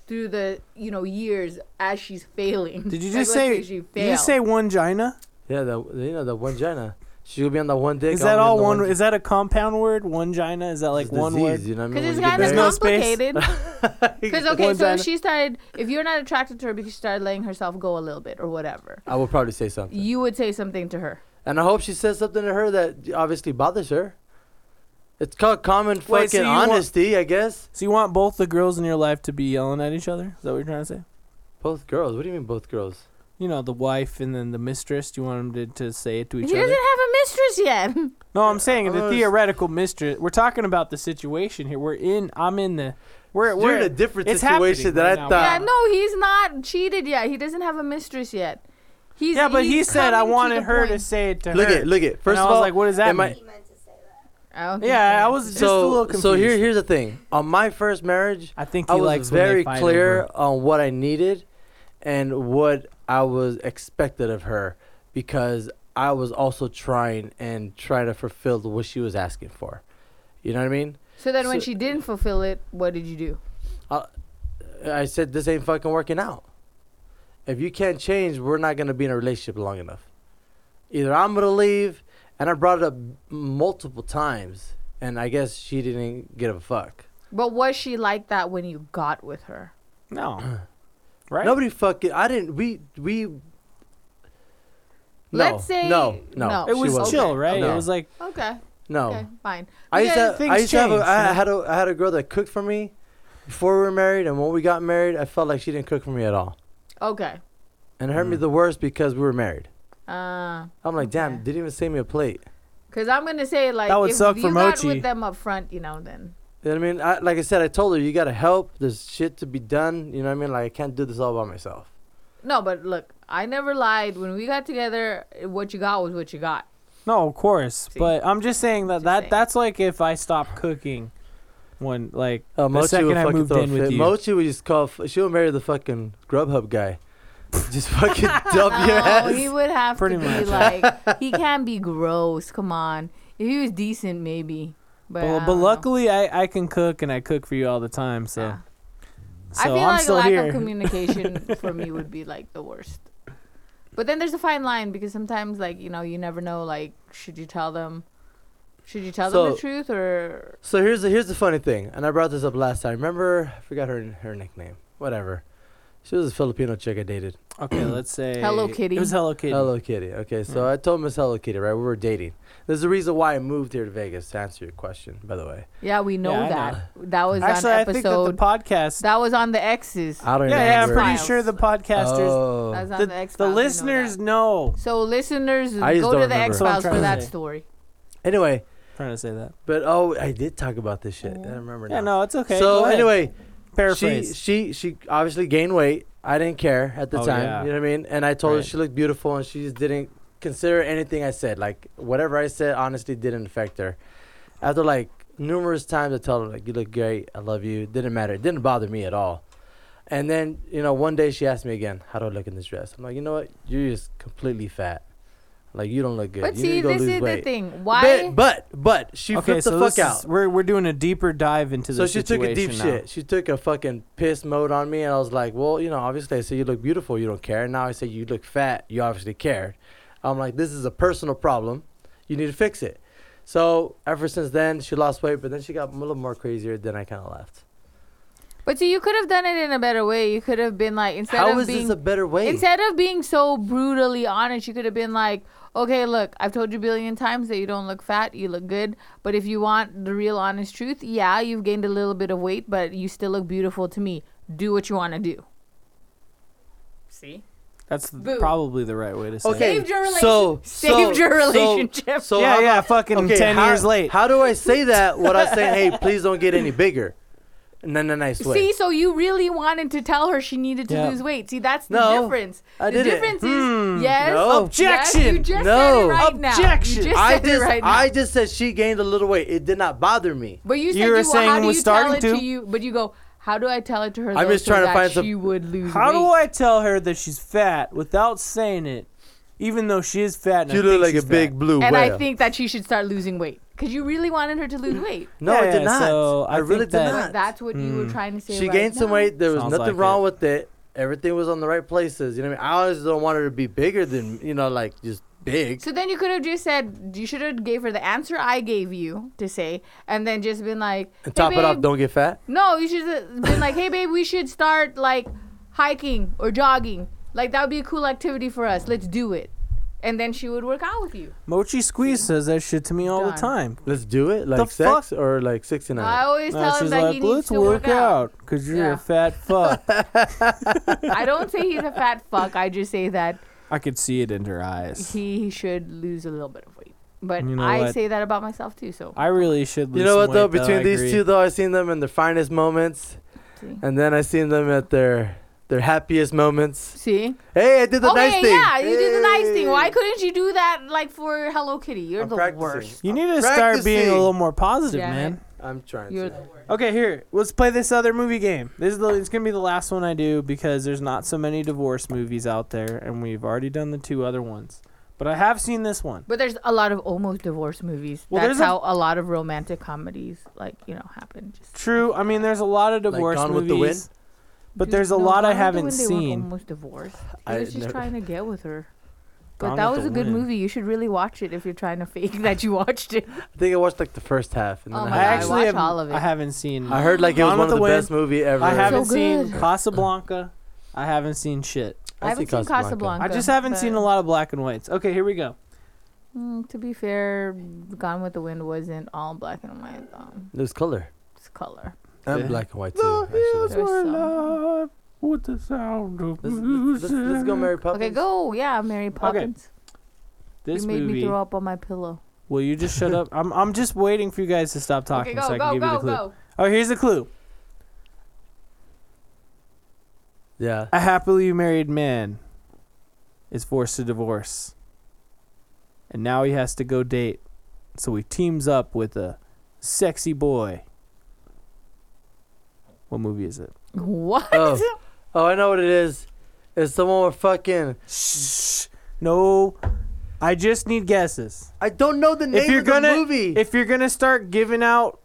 through the you know years as she's failing?
Did
[laughs]
you
Like, let's
just say?
she
Did you just
failed.
say one gina?
yeah, the you know the one vagina. She could be on the one dick.
Is
I'll
that
be on
all
the
one? Is that a compound word? One gina? Is that like
It's
one
disease,
word?
You know what I mean?
Because it's
When you
kind of
get
no space.
complicated.
[laughs]
[laughs]
Because okay,
One
so if
vagina.
she started, if you're not attracted to her because she started letting herself go a little bit or whatever,
I would probably say something,
you would say something to her.
and I hope she says something to her that obviously bothers her. It's called common fucking
Wait, so you want-
honesty, I guess.
So you want both the girls in your life to be yelling at each other? Is that what you're trying to say?
Both girls. What do you mean both girls?
You know, the wife and then the mistress. Do you want them to, to say it to each
he
other?
doesn't have a mistress yet. [laughs]
No, I'm saying the
Uh,
theoretical mistress. We're talking about the situation here. We're in. I'm in the. We're,
You're
we're
in a different
it's
situation
happening
that
right
I
now.
thought.
yeah, no, he's not cheated yet. He doesn't have a mistress yet. He's,
Yeah, but he
he's
said I
coming to
wanted
the
her to
point.
say it to
Look
her.
at look at. First
I
of
was
all,
like, what does that
am I-
mean?
He meant to say that.
I don't think
Yeah,
so.
I was just a little
so
confused.
so here here's the thing. On my first marriage,
I think he
I was
likes when they
very
fight
clear
over-
on what I needed and what I was expected of her because I was also trying and trying to fulfill what she was asking for. You know what I mean?
So then, when
So-
she didn't fulfill it, what did you do?
I said this ain't fucking working out. If you can't change, we're not gonna be in a relationship long enough. Either I'm gonna leave, and I brought it up multiple times, and I guess she didn't give a fuck.
But was she like that when you got with her?
[clears throat]
No. Right.
Nobody fucking. I didn't. We we. No,
Let's say-
no, no.
no.
It was
wasn't.
chill,
Okay.
right?
No.
It was like
Okay,
No,
okay, fine.
I used
Because-
to. I
things
used to have.
change,
A, I
you know?
had a. I had a girl that cooked for me before we were married, and when we got married, I felt like she didn't cook for me at all,
Okay.
and it hurt
Mm.
me the worst because we were married.
Uh,
I'm like, damn,
Okay.
didn't even save me a plate.
Cause I'm gonna say like
That would
if
suck
you
for
got
Mochi.
with them up front, you know, then
You know what I mean? I, like I said, I told her you gotta help. There's shit to be done. You know what I mean? Like I can't do this all by myself.
no. But look, I never lied. When we got together, what you got was what you
[laughs]
got.
no, of course.
See.
But I'm just saying that
Just
that
saying.
that's like if I stop cooking, when like
Oh,
the
Mochi would
second I
fucking
moved
throw a
in with
fit.
you.
Mochi would just call. f- She would marry the fucking Grubhub guy. [laughs] just fucking [laughs] dump
[laughs]
your
No,
Oh,
ass.
he would have
Pretty
to
much.
be like
[laughs]
he can be gross. Come on, if he was decent, maybe. But I
But,
don't
but
know.
luckily, I, I can cook and I cook for you all the time. So,
Yeah.
so
I feel
am
like
still
lack
here. [laughs]
of communication for me would be like the worst. But then there's a fine line because sometimes like you know you never know like should you tell them, should you tell them the
So-
truth or
So here's the here's the funny thing, and I brought this up last time. Remember, I forgot her her nickname. Whatever. She was a Filipino chick I dated.
okay,
[clears throat]
let's say
Hello Kitty.
It was Hello Kitty. Mm.
Hello Kitty. Okay, so I told Miss Hello Kitty, right? We were dating. There's a reason why I moved here to Vegas to answer your question, by the way.
yeah we know
Yeah, I
that that was
Actually,
on
I think that the
episode
podcast.
that was on the X's.
I don't
yeah, yeah, I'm
remember.
pretty
Files.
sure the podcasters,
Oh.
That was on the,
the, the,
X-Files, we know
listeners
that.
know.
So listeners,
I
go to
just don't
the
remember.
X Files
That's what I'm
for
trying
that
to say.
story.
Anyway,
trying to say that.
but oh, I did talk about this shit. I remember
Mm. Yeah,
now.
no, it's okay.
so
Go ahead.
anyway, she
paraphrase.
she she obviously gained weight. I didn't care at the
Oh,
time.
yeah.
You know what I mean? And I told her
Right.
she looked beautiful, and she just didn't consider anything I said. Like whatever I said, honestly, didn't affect her. After like numerous times, I told her like, "You look great. I love you." Didn't matter. It didn't bother me at all. And then you know, one day she asked me again, "How do I look in this dress?" I'm like, "You know what? You're just completely fat. Like you don't look good.
But
you
see,
need to go
this
lose
is
weight."
the thing.
But,
Why?
but but she
okay,
flipped
so
the
this
fuck
is-
out.
we're we're doing a deeper dive into
So
the
she
situation.
took a deep
now.
shit. She took a fucking piss mode on me, and I was like, "Well, you know, obviously I say you look beautiful, you don't care. Now I say you look fat, you obviously cared." I'm like, "This is a personal problem. You need to fix it." So ever since then, she lost weight, but then she got a little more crazier. Then I kind of left.
but see, you could have done it in a better way. You could have been like instead
How
of
is
being
this a better way?
Instead of being so brutally honest, you could have been like, okay, look, I've told you a billion times that you don't look fat, you look good. But if you want the real honest truth, yeah, you've gained a little bit of weight, but you still look beautiful to me. Do what you want to do. See?
That's
Boo.
probably the right way to say.
okay,
it.
Saved your relation-
so
saved
so-
your
so-
relationship.
So,
yeah,
how
yeah,
about-
fucking ten
how,
years late.
[laughs]
How do I say that without saying, "Hey, please don't get any bigger"? in a nice way.
See, so you really wanted to tell her she needed to
Yeah.
lose weight. See, that's the
No,
difference.
I
the
didn't. Hmm.
difference is yes.
No.
Yes, you
Objection.
just said it
No.
right now. You
Objection.
just
I
said it
just,
right now.
I just said she gained a little weight. It did not bother me.
But you said
You
you,
were
well,
saying
how do you
we're
tell
starting
it
to.
to you? But you go, how do I tell it to her?
I'm
though,
just
so
trying to
that
find some-
She would lose.
How do
weight?
I tell her that she's fat without saying it, even though she is fat? And I
You look
think
like a
she's
big
fat?
blue
And
whale.
I think that she should start losing weight because you really wanted her to
Mm.
lose weight.
no, I
Yeah,
did not.
so I
I really did
think that-
But
not.
that's what you
Mm.
were trying to say.
she
right
gained some
now.
weight. There was
Sounds
nothing
like
wrong
it.
with it. Everything was on the right places. You know what I mean? I always don't want her to be bigger than you know, like just big.
So then you could have just said you should have gave her the answer I gave you to say, and then just been like,
and
"Hey,
top it off,
babe,
don't get fat.
No, you should have been like, hey, babe, we should start like hiking or jogging. Like, that would be a cool activity for us. Let's do it. And then she would work out with you.
Mochi Squeeze says that shit to me all the
Done.
time.
Let's do it. Like
The
sex or like sixty
I
nine.
always
Uh,
tell him
she's
that
like,
he needs
let's
to
work out, cause you're
Yeah. [laughs]
a fat fuck.
I don't say he's a fat fuck. I just say that
I could see it in her eyes.
he should lose a little bit of weight. But
You know
I
what?
say that about myself too. So
I really should. Lose
You know
some
what though?
weight,
Between
I
these
agree.
two though, I seen them in their finest moments,
see.
and then I seen them at their their happiest moments.
See?
Hey, I did the
okay,
nice thing.
yeah, you did the nice thing. Why
Hey.
couldn't you do that like for Hello Kitty? You're
I'm
the
practicing.
worst.
You
I'm
need to start being a
practicing.
little more positive,
Yeah.
man.
I'm trying
You're
to.
Okay, here. Let's play this other movie game. This is the, it's gonna be the last one I do because there's not so many divorce movies out there, and we've already done the two other ones. But I have seen this one.
But there's a lot of almost divorce movies.
Well,
That's
there's a-
how a lot of romantic comedies, like you know, happen. Just
True. I mean, there's a lot of divorce
Gone
movies,
with the Wind?
but
Dude,
there's a
no,
lot
Gone
I
with the
haven't
Wind, They were
seen.
almost divorced. He
I
was just
never-
trying to get with her. But
Gone
that
with
was a
the
good
Wind.
movie. You should really watch it if you're trying to fake [laughs] that you watched it.
I think I watched like the first half, and then
Oh my
I
God, I
I,
actually
watch
have,
all of it.
I haven't seen.
I heard like it was
Gone
one
with
of the,
the Wind.
best movie ever.
I haven't
So
seen
good.
Casablanca. I haven't seen shit.
I, haven't seen Casablanca.
I just haven't seen a
but,
lot of black and whites. Okay, here we go.
mm, to be fair, Gone with the Wind wasn't all black and white. Um,
There's color.
it's color.
And
Yeah.
black and white too.
The
actually.
hills
There's
were
some.
alive with the sound of
Let's, let's,
music.
let's, let's go,
[laughs]
Mary Poppins.
Okay, go. Yeah, Mary Poppins.
This
you made
movie.
me throw up on my pillow.
Will you just
[laughs]
shut up? I'm I'm just waiting for you guys to stop talking
Okay, go,
so I can
go,
give you
go,
the clue.
go. [laughs]
Oh, here's the clue.
Yeah.
A happily married man is forced to divorce. And now he has to go date. So he teams up with a sexy boy. What movie is it?
What?
Oh. Oh, I know what it is. It's the one with fucking.
Shh. No. I just need guesses.
I don't know the name
if you're
of
gonna
the movie.
if you're gonna start giving out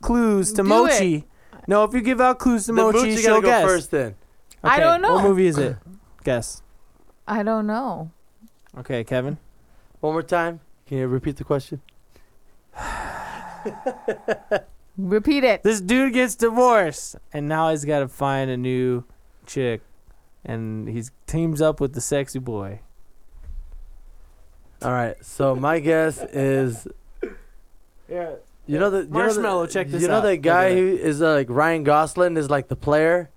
clues to
Do
Mochi, no, if you give out clues
the
to Mochi,
Moochie
she'll
gotta go
guess.
first then.
I
Okay,
don't know.
What movie is it? guess.
I don't know.
Okay, Kevin.
One more time. Can you repeat the question?
Repeat it.
This dude gets divorced, and now he's got to find a new chick, and he's teams up with the sexy boy.
All right. So my guess is
Yeah.
you know the you Know
Marshmallow,
the,
check this
You know
out.
that
Look
guy
at it.
who is uh, like Ryan Gosling is like the player,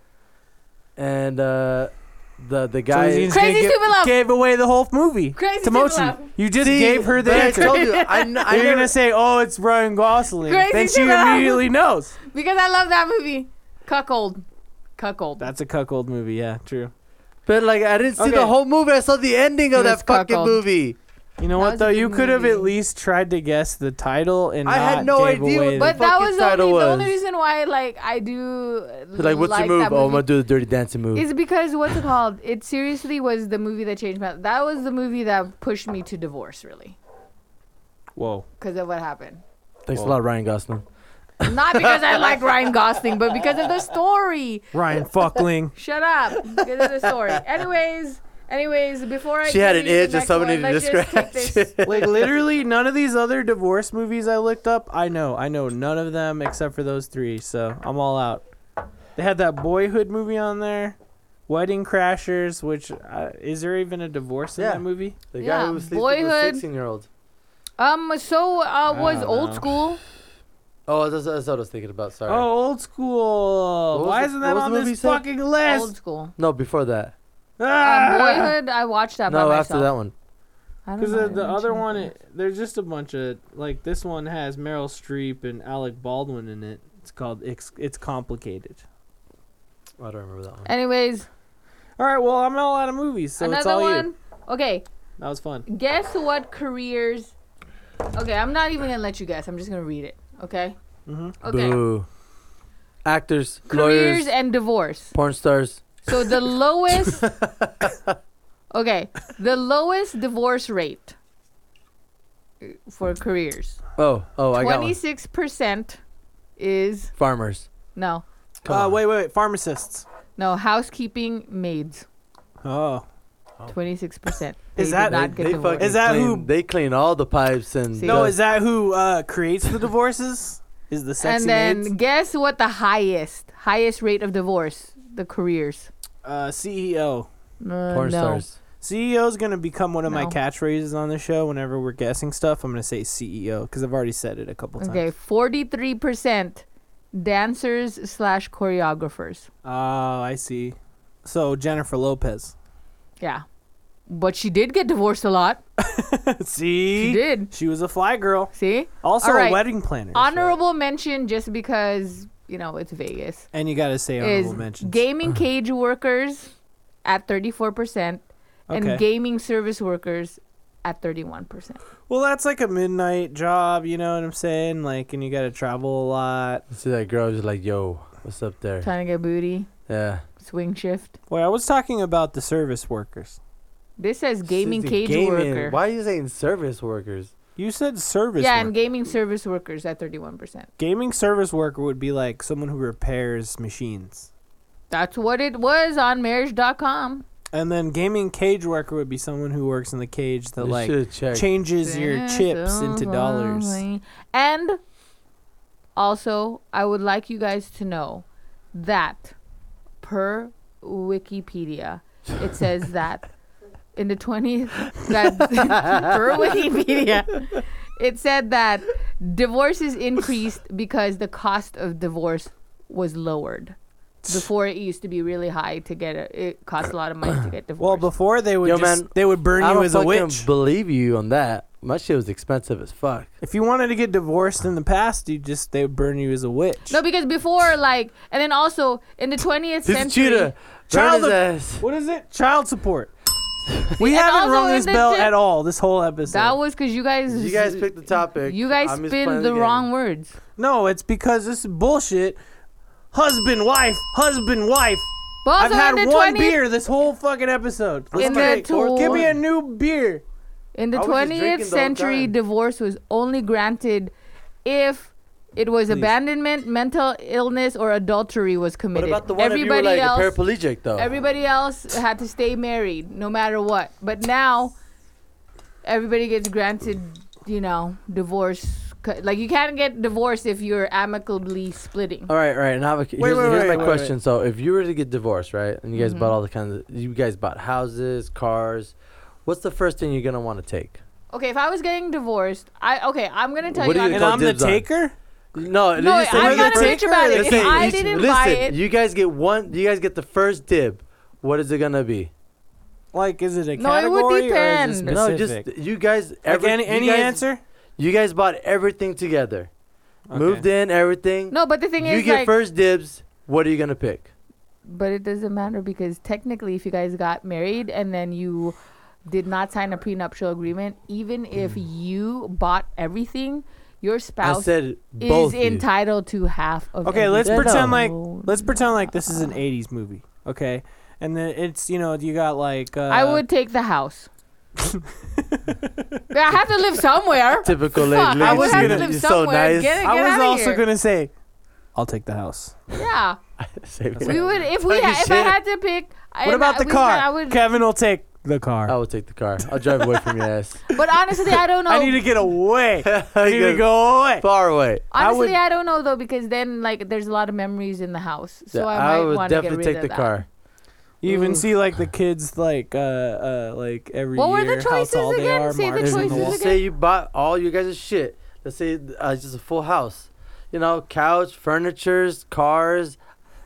and uh, the the guy.
he's
Crazy
gonna give-
Stupid Love.
Gave away the whole movie.
Crazy
to
Stupid
Mochi.
Love.
You just
See,
gave her the
but I
answer.
told you. I, kn- I
You're
never,
gonna say, "Oh, it's Ryan Gosling,"
Crazy
then she
Stupid Love.
immediately knows.
Because I love that movie. Cuckold. Cuckold.
That's a cuckold movie. Yeah, true.
But like I didn't see
Okay.
the whole movie. I saw the ending of
It was
that fucking
cuckold.
movie.
You know
That
what
was a
though?
good
You could have
movie.
at least tried to guess the title and
I
not
had no
gave
idea what
away
but that
fucking
was the only,
title
the only
was.
reason why like I do uh,
Like what's your move?
that
Oh, I'm gonna
movie
do the dirty dancing move.
is because what's it called? It seriously was the movie that changed my. That was the movie that pushed me to divorce, really,
the- [laughs] Whoa.
because of what happened.
Thanks a lot, Ryan Gosling.
Not because I like Ryan Gosling, but because of the story.
[laughs]
Ryan Fuckling.
Shut up. Because of the story. Anyways, anyways, before I
She had
give
an
you the
itch and
next one,
somebody needed
let's
to
just take
scratch
this-
it.
like literally none of these other divorce movies I looked up, I know. I know none of them except for those three, so I'm all out. They had that boyhood movie on there, Wedding Crashers, which uh, is there even a divorce in
Yeah.
that movie?
The
Yeah,
guy who sleeps with a
Boyhood.
16 year old.
Um. So uh,
I
was
don't
old
know.
school.
Oh, that's, that's what I was thinking about. Sorry.
Oh, Old
What
School.
was
Why
the-
isn't
what
that
was
on
the movie you
this
said?
fucking list?
Old school.
No, before that.
Uh,
Ah!
boyhood. I watched that.
No,
by
after
myself.
that one.
I don't
Because
know, I
the, the
didn't
other
check
one,
it.
it, there's just a bunch of like this one has Meryl Streep and Alec Baldwin in it. It's called it's, it's complicated.
Oh, I don't remember that one.
Anyways,
All right, well I'm all out of movies, so it's
another
all
one.
you.
Okay,
That was fun.
guess what careers? Okay, I'm not even gonna let you guess. I'm just gonna read it. Okay. Mm-hmm. Okay.
Boo. Actors,
Careers
lawyers,
and divorce.
porn stars.
So
[laughs]
the lowest. okay, the lowest divorce rate for careers.
Oh, oh, I got one.
Twenty-six percent is
Farmers.
no,
Come
uh,
on.
Wait, wait, wait. Pharmacists.
no housekeeping maids.
Oh.
Twenty-six percent.
Is that-
not
They
get divorced?
fucking
Is that
clean,
who-
They clean all the pipes and.
See?
No,
dust.
is that who uh, creates the divorces? Is the sexy
and then
maids?
guess what the highest highest rate of divorce? The careers.
Uh, CEO.
Uh,
porn
no.
stars?
CEO E is going to become one of my
No.
catchphrases on the show whenever we're guessing stuff. I'm going to say CEO because I've already said it a couple times.
Okay, forty-three percent dancers slash choreographers.
Oh, I see. So Jennifer Lopez. [laughs]
Yeah, but she did get divorced a lot.
see?
She did.
She was a fly girl.
See?
Also
All right.
a wedding planner. so-
Honorable mention, just because, you know, it's Vegas,
And you got to say honorable
is
mentions. [clears throat]
gaming cage workers at 34%
Okay.
and gaming service workers at 31%.
well, that's like a midnight job, you know what I'm saying? Like, and you got to travel a lot.
See that girl just like, yo, what's up there?
Trying to get booty,
Yeah.
swing shift.
Well, I was talking about the service workers.
This says gaming
She's a
cage
gaming-
worker.
Why are you saying service workers?
You said service
Yeah,
worker.
and gaming service workers at 31%.
Gaming service worker would be like someone who repairs machines.
That's what it was on marriage.com.
And then gaming cage worker would be someone who works in the cage that
You
like
should've checked.
changes your chips into dollars.
oh, And also, I would like you guys to know that per Wikipedia, it
[laughs]
says that in the 20th, that [laughs] per Wikipedia, it said that divorces increased because the cost of divorce was
[sniffs]
lowered. Before it used to be really high to get a, it cost a lot of money to get divorced.
Well, before they would
Yo,
just
man,
they would burn
I
you
don't
as a
fucking
witch.
believe you on that. My shit was expensive as fuck.
if you wanted to get divorced in the past, you just they would burn you as a witch.
no, because before, like, and then also in the 20th
He's a
century,
cheater.
Child
Child
of-
ass.
What is it?
[laughs]
Child support. we haven't
also
rung
in
this
the
bell
gen-
at all this whole episode.
That was because you guys.
You guys picked the topic.
You guys
I'm just
spin
playing
the,
the game.
wrong words.
no, it's because this is bullshit. Husband, wife, husband, wife.
But also
I've had
in the
one
20th,
beer this whole fucking episode. Let's
In the
make-
tool-
give me a new beer.
in the
I was just drinking the
20th
whole
century,
time.
divorce was only granted if it was
Please.
abandonment, mental illness, or adultery was
What
committed.
about the one
everybody
of you were, like
else,
a paraplegic though?
everybody else had to stay married no matter what. But now, everybody gets granted, you know, divorce. c- Like you can't get divorced if you're amicably splitting.
all right, all right. Now I have a, here's,
wait,
here's
wait,
my
wait,
question.
wait.
So, if you were to get divorced, right, and you guys
Mm-hmm.
bought all the kinds of, you guys bought houses, cars, what's the first thing you're gonna want to take?
Okay, if I was getting divorced, I okay, I'm gonna tell
What
you.
do
I'm
you
And
call
I'm the
dibs on it.
taker?
No, at
No,
least
I'm
the
not
first-
a bitch about it.
Let's
If
say
I
each-
didn't
listen,
buy it-
you guys get one. You guys get the first dib. What is it gonna be?
Like, is it a
No, it would
category or is it
depend.
specific?
No, just you guys.
like
Every,
any,
you
any
guys-
answer?
You guys bought everything together,
Okay.
moved in, everything.
No, but the thing
you
is,
get
like,
first dibs. What are you gonna pick?
but it doesn't matter because technically, if you guys got married and then you did not sign a prenuptial agreement, even if you bought everything, your
Hmm. I
spouse
said
is
both. you.
entitled to half of.
Okay, let's
everything.
pretend like
No.
let's pretend like this is an '80s movie, okay? And then it's you know you got like uh,
I would take the house.
[laughs]
I have to live somewhere.
Typical
Fuck,
lady.
I
was
would have to
gonna-
live
You're so
somewhere.
nice.
Get, it-
I
get
was
outta
also
here.
gonna say, I'll take the house.
Yeah,
[laughs] Save it.
we would if we
Fucking
ha- if I
shit.
had to pick.
what about the car?
I would
Kevin will take the car.
I will take the car. I'll drive away from your
[laughs]
ass.
But honestly, I don't know.
I need to
[laughs]
get away. I need to
You're
go away.
far away.
I would-
honestly, I, don't know though because then like there's a lot of memories in the house, so
Yeah,
I might
would
want to get
definitely
rid
take
of
the
that.
car.
You even
Oof.
see like the kids like uh uh like every
What were
year
the choices
how tall they
again?
are.
Say the
marked on
choices
the
again.
wall.
Let's say you bought all your guys' shit. Let's say uh, just a full house. You know, couch, furnitures, cars.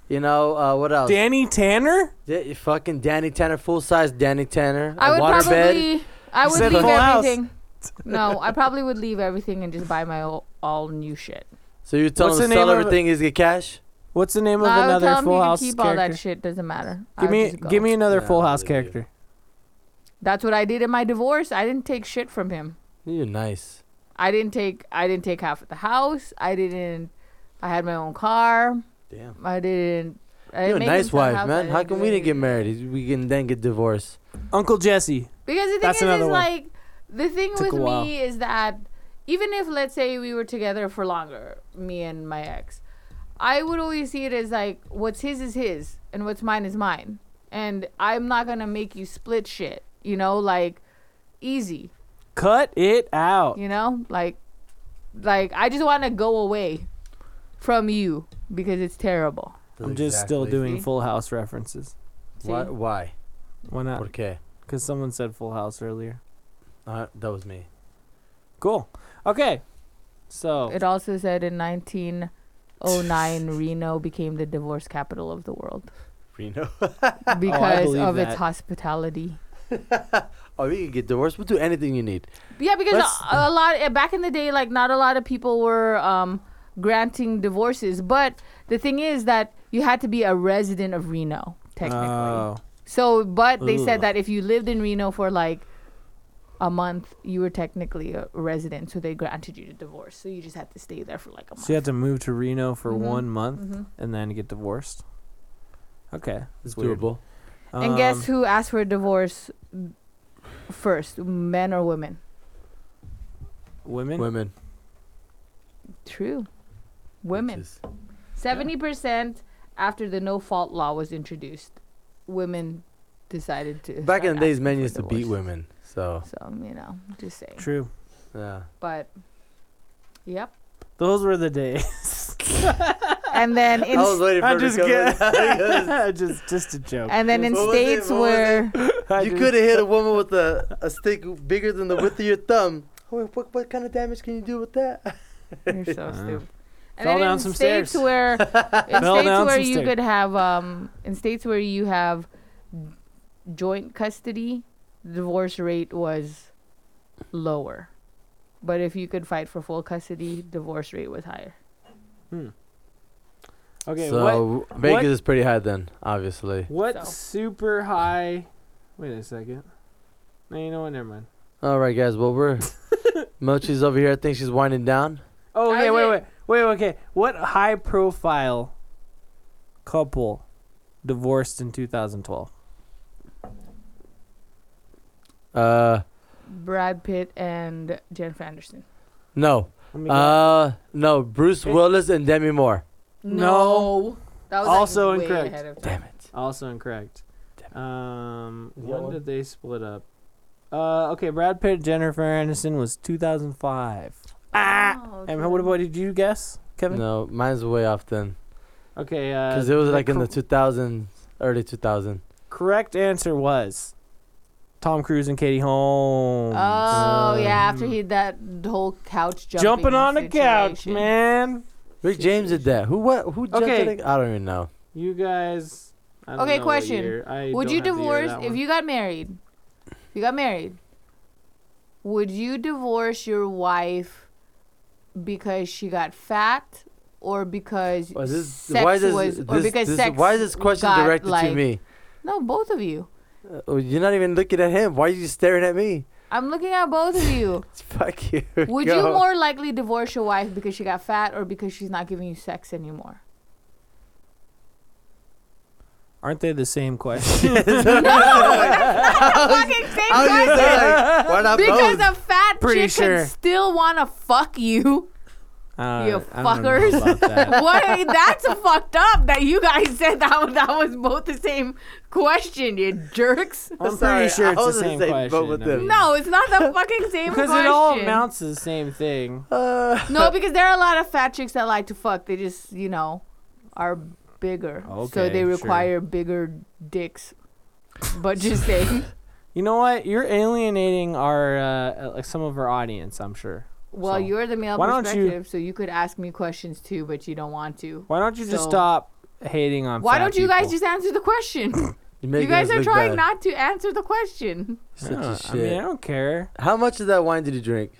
You know, uh, what else?
Danny Tanner.
Yeah, you fucking Danny Tanner, full size Danny Tanner.
I
a
would
water bed.
probably. I
You
would
said
leave
[laughs] full house.
everything. no, I probably would leave everything and just buy my all, all new shit.
So you tell
What's
him
the
to sell
name of
everything, he's get cash.
What's the name
No,
of
I would
another
tell him
Full
you
House
can keep
character?
all that shit. Doesn't matter. I
Give
would
me,
just go.
give me another
Yeah,
Full
I'll
House
believe you.
character.
That's what I did in my divorce. I didn't take shit from him.
You're nice.
I didn't take. I didn't take half of the house. I didn't. I had my own car.
Damn.
I didn't. I didn't
You're a
make him
nice
sell the
wife,
house. I
man. How
didn't
come
do
we didn't
anything.
get married? Is- We can then get divorced.
Uncle Jesse.
Because the thing
That's
is, is
another one.
like the thing
Took
with
a while.
me is that even if let's say we were together for longer, me and my ex, I would always see it as like what's his is his and what's mine is mine, and I'm not gonna make you split shit. You know, like easy.
Cut it out.
You know, like like I just want to go away from you because it's terrible.
I'm just still
Exactly.
doing
See?
Full House references.
See?
Why? Why?
Why not?
Okay.
Because someone said Full House earlier.
Uh, that was me.
Cool. Okay. So oh.
It also said in
[laughs]
1909 Reno became the divorce capital of the world.
Reno.
because
Oh, believe
of its
that.
hospitality.
oh, we can get divorced. We'll do anything you need.
Yeah, because
Let's-
a, a lot eh, back in the day, like not a lot of people were um, granting divorces. But the thing is that you had to be a resident of Reno technically.
Oh.
so, but they
Ugh.
said that if you lived in Reno for like a month, you were technically a resident, so they granted you the divorce. So you just had to stay there for like a month.
So you had to move to Reno for
Mhm,
one month
mhm.
and then get divorced. Okay,
It's
that's weird.
doable.
and guess
Um,
who asked for a divorce first, men or women?
Women.
Women.
True, women.
Bitches.
Seventy percent after the no fault law was introduced, women decided to.
Back in
start
the days,
asking
men
for
used to beat
divorce.
women. So
So you know, just saying.
True.
yeah.
But, yep.
Those were
[laughs]
the days.
And then in
I was waiting for
I'm
her to come
just
[laughs]
[laughs]
in. [laughs]
kidding. [laughs] just, just a joke.
and then in
What was it?
states
What was
where
I
you
just-
could have hit a woman with a, a stick bigger than the width of your thumb. What, what, what kind of damage can you do with that?
you're so stupid. And
Ah. Fell
then
down
in
some
states
stairs. [laughs]
where in
Fell
states
down
where
some
you
stairs.
could have um in states where you have joint custody, divorce rate was lower. But if you could fight for full custody, divorce rate was higher.
[laughs] Hmm. Okay. what?
so Vegas
what-
is pretty high then, obviously.
What
So.
super high? Wait a second. No, you know what? Never mind.
All right, guys. Well,
[laughs]
we're Mochi's over here. I think she's winding down.
Oh,
That
okay.
was
Wait,
it.
wait, wait. Okay. What high profile couple divorced in 2012?
Uh,
Brad Pitt and Jennifer Anderson.
no.
Let me go.
Uh, no. Bruce
It-
Willis and Demi Moore.
No.
That was
Also
like way
incorrect.
Ahead of time.
Damn it.
Also incorrect. Um,
Is that
when
one?
did they split up? Uh, okay, Brad Pitt, Jennifer Aniston was 2005. Ah.
Oh,
And
damn.
what about did you guess, Kevin?
No, mine's way off then.
Okay. Uh,
Because it was
the
like in
cor-
the 2000s, early 2000.
correct answer was Tom Cruise and Katie Holmes.
Oh yeah, after
Um,
he that whole couch jumping.
jumping on the couch,
situation.
man.
Rick James did that. Who what? Who jumped
Okay.
at a- I don't even know.
You guys. I don't
Okay,
know what
question.
year. I
Would
don't
you
have the year of
divorce
that
if
one.
you got married? You got married. Would you divorce your wife because she got fat, or because
Why is this,
sex
why is this,
was, or
this-
because
this-
sex?
why is this question
got,
directed
like-
to me?
No, both of you.
Uh, oh, you're not even looking at him. Why are you staring at me? [laughs]
I'm looking at both of
[laughs]
you.
Fuck you.
Would you
Go. [laughs]
more likely divorce your wife because she got fat or because she's not giving you sex anymore?
Aren't they the
[laughs]
same question?
Fucking same
I was
question.
just saying, like, why not
Because
both?
a fat
Pretty
chick
sure.
can still want to fuck you.
Uh,
You
[laughs] I don't know
fuckers.
about that.
[laughs] What? That's fucked up that you guys said that was, that was both the same question, you jerks.
I'm
Sorry,
pretty sure
I
it's the
was in
same
the same boat
question.
with
I
them.
mean,
No, it's not the
[laughs]
fucking same
because
question.
it all amounts to the same thing.
Uh,
No, because there are a lot of fat chicks that like to fuck. They just, you know, are bigger. so
Okay,
they
sure.
require bigger dicks. But
[laughs]
just saying.
You know what? You're alienating our uh, like some of our audience. I'm sure.
Well,
So,
you're the male
why don't you-
perspective, so you could ask me questions too, but you don't want to.
Why don't you just
So-
stop hating on?
Why
fat
don't you guys
people?
just answer the
[laughs]
question?
you're
you
making
guys
us
are
look
trying
bad.
not to answer the question.
Such
I
a
don't-
shit.
I mean, I don't care.
How much of that wine did you drink?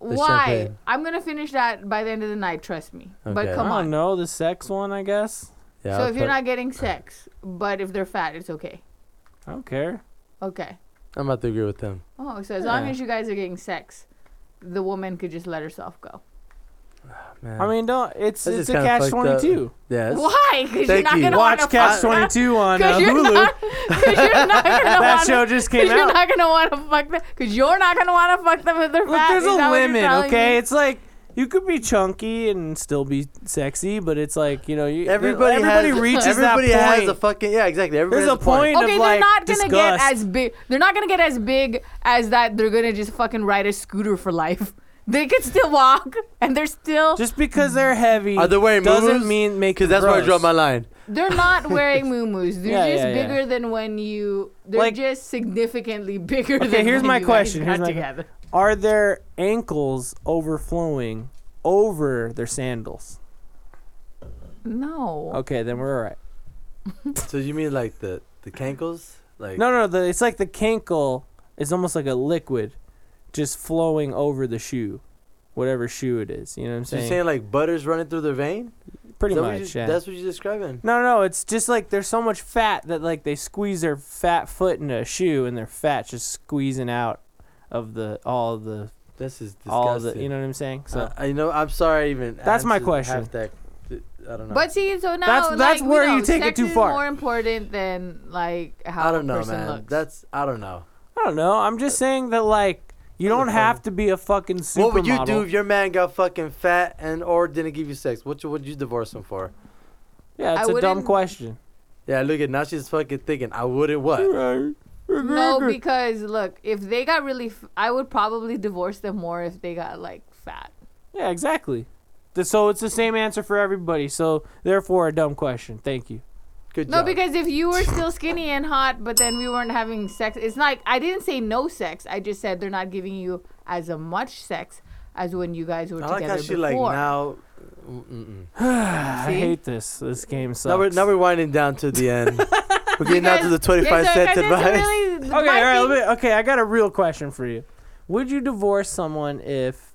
Why?
champagne.
I'm gonna finish that by the end of the night. Trust me.
Okay.
But come
I don't
on.
know the sex one. I guess
Yeah,
So
I'll
if you're
put-
not getting sex, but if they're fat, it's okay.
I don't care.
Okay.
I'm about to agree with them.
Oh, so as long
Yeah.
as you guys are getting sex, the woman could just let herself go.
Man.
I mean, don't. It's
That's
it's
just
a
kinda
catch
fucked up.
twenty two.
yeah, it's-
Why? Because you're
Thank
not
you.
gonna
Watch
wanna
Catch
fuck-
twenty two on
[laughs]
uh,
'cause you're
Hulu.
not- 'cause you're not
[laughs]
gonna
that
wanna-
show
[laughs]
just
'cause
came
You're
out.
not gonna want to fuck them. Cause you're not gonna want to fuck them if they're
Look,
fat.
there's
Is
a
that what you're
limit,
telling
okay?
me?
It's like you could be chunky and still be sexy, but it's like you know, you,
everybody,
everybody
has,
reaches
everybody
that
has
point.
a fucking yeah, exactly. Everybody
There's
has
a point.
okay,
of,
they're
like,
not gonna
disgust.
get as big. They're not gonna get as big as that. They're gonna just fucking ride a scooter for life. [laughs] They could still walk, and they're still
Just because they're heavy
Are they wearing
doesn't
muumuus?
mean
Oh.
make
Because that's where I draw my
[laughs]
line.
they're not wearing muumuus. They're
Yeah,
just
yeah, yeah.
bigger than when you. They're
Like-
just significantly bigger.
Okay,
than
here's
when
my
you guys
question,
got
here's my-
together.
Are their ankles overflowing over their sandals?
No.
Okay, then we're all right.
So you mean like the the cankles? Like
No, no, the, it's like the cankle is almost like a liquid, just flowing over the shoe, whatever shoe it is. You know what I'm
so
saying?
you're saying like butters running through their vein?
Pretty
Is that what
much.
you-
yeah.
That's what you're describing.
No, no, it's just like there's so much fat that like they squeeze their fat foot into a shoe and their fat's just squeezing out of the all of the
This is disgusting.
all of the you know what I'm saying? So
Uh, I know. I'm sorry. I Even
That's my
answered
question.
half that- I don't know.
But see, so now
That's- that's
like,
where
you, know,
you take it
sex
too
is
far.
More important than like how
I don't
a
know,
person
man.
looks.
That's I don't know.
I don't know. I'm just saying that like you don't
a
have to be a fucking supermodel.
What would you do if your man got fucking fat and or didn't give you sex? What you- would you divorce him for?
Yeah,
I
it's a dumb
wouldn't-
question.
Yeah, look at now she's fucking thinking. I wouldn't what?
no,
No,
because look, if they got really, f- I would probably divorce them more if they got like fat.
yeah, exactly. Th- So it's the same answer for everybody. So therefore, a dumb question. Thank you. [sighs]
Good
No,
job.
because if you were still skinny and hot, but then we weren't having sex, it's like I didn't say no sex. I just said they're not giving you as a much sex as when you guys were
I like
together
how she
before.
like now. Mm-mm.
I
See?
hate this. This game sucks.
Now we're now we're winding down to
[laughs]
the end. we're getting down to the
Because- yeah,
twenty-five
so
cents
because it's
advice.
really- my
Okay, all right.
thing-
Let me, okay, I got a real question for you. Would you divorce someone if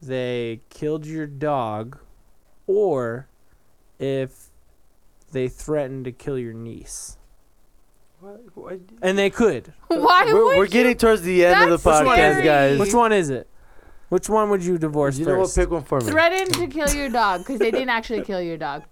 they killed your dog, or if they threatened to kill your niece?
What- what-
And they could.
Why
We're,
would
we're
you?
getting towards the end
That's
of the podcast,
scary.
guys.
Which one is it? Which one would you divorce
You know what?
first?
Pick one for me.
threatened to kill your dog because they didn't actually kill your dog.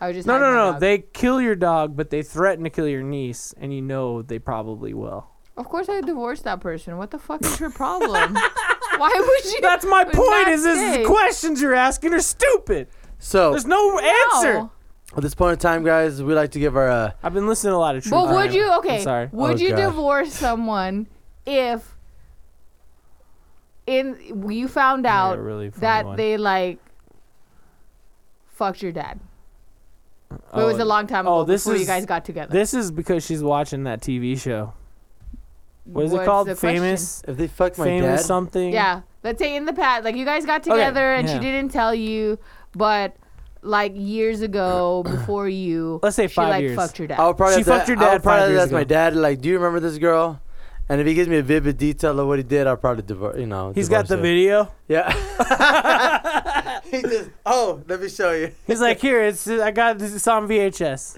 I was just
no,
hiding
no,
my
no.
dog.
They kill your dog, but they threaten to kill your niece, and you know they probably will.
Of course, I divorced that person. What the fuck is your
[laughs]
problem? Why would you?
That's my
would
point.
not
Is this
say?
the questions you're asking are stupid?
So
There's no answer.
No.
at this point in time, guys, we like to give our. Uh,
I've been listening to a lot of true
But
crime.
would you? Okay.
I'm sorry.
Would
Oh,
you
God.
[laughs]
divorce someone if in you found
I got
out
a really funny
that
one.
they like fucked your dad? But it
Oh,
was a long time ago
oh, this
before you
is-
guys got together.
This is because she's watching that TV show. What is
What's
it called?
the question?
Famous,
if they fuck my
famous
dad,
something.
Yeah. Let's say in the past, like you guys got
Okay,
together and she
yeah.
didn't tell you, but like years
[coughs]
ago before you,
Let's say
she
five
like
years.
fucked your dad.
I would probably
She
have to-
fucked your
I
dad
would
five
probably
years
ask my
ago.
dad, like, do you remember this girl? And if he gives me a vivid detail of what he did, I'll probably divorce. You know,
He's got
divorce
the
her.
video.
Yeah.
[laughs]
[laughs] he just oh, let me show you.
He's like, here, it's I got this. It's on VHS.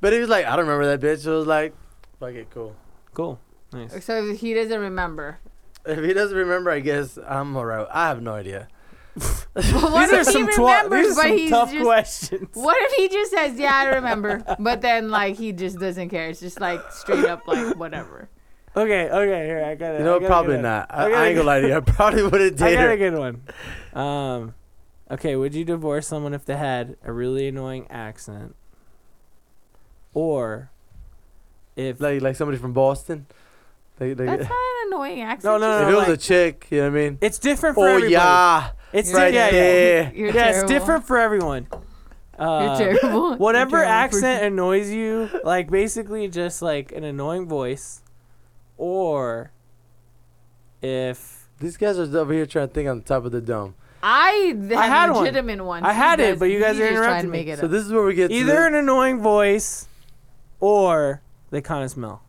But he was like, I don't remember that bitch. I was like, fuck it, cool.
Cool. Nice.
so if he doesn't remember.
If he doesn't remember, I guess I'm alright. I have no idea.
But what
these are
if he
some, twa-
remembers,
these are
but
some
he's
tough
just
questions.
What if he just says, "Yeah, I remember," but then like he just doesn't care? It's just like straight up like whatever.
Okay, okay, here I got it.
You know, probably not. I, I ain't gonna lie to you. I [laughs] probably would have
I
dated
got a
her.
good one. Um, okay, would you divorce someone if they had a really annoying accent, or if
Like, like somebody from Boston. Like, like, [laughs]
That's
if
not an annoying accent.
No, no,
it
no.
was a
like-
chick, you know what I mean?
it's different for
Oh,
everybody?
yeah.
it's di-
Right
yeah, yeah.
there.
You're
yeah,
terrible.
it's different for everyone.
You're
Uh,
terrible. [laughs] You're
[laughs] Whatever
terrible
accent annoys you, like basically just like an annoying voice, or if
These guys are over here trying to think on the top of the dome.
person. I th-
I had
had
one.
legitimate one.
I had it, but you guys are
trying to
interrupting
make it
So
up.
this is where we get to
either an annoying voice, or they kind of smell.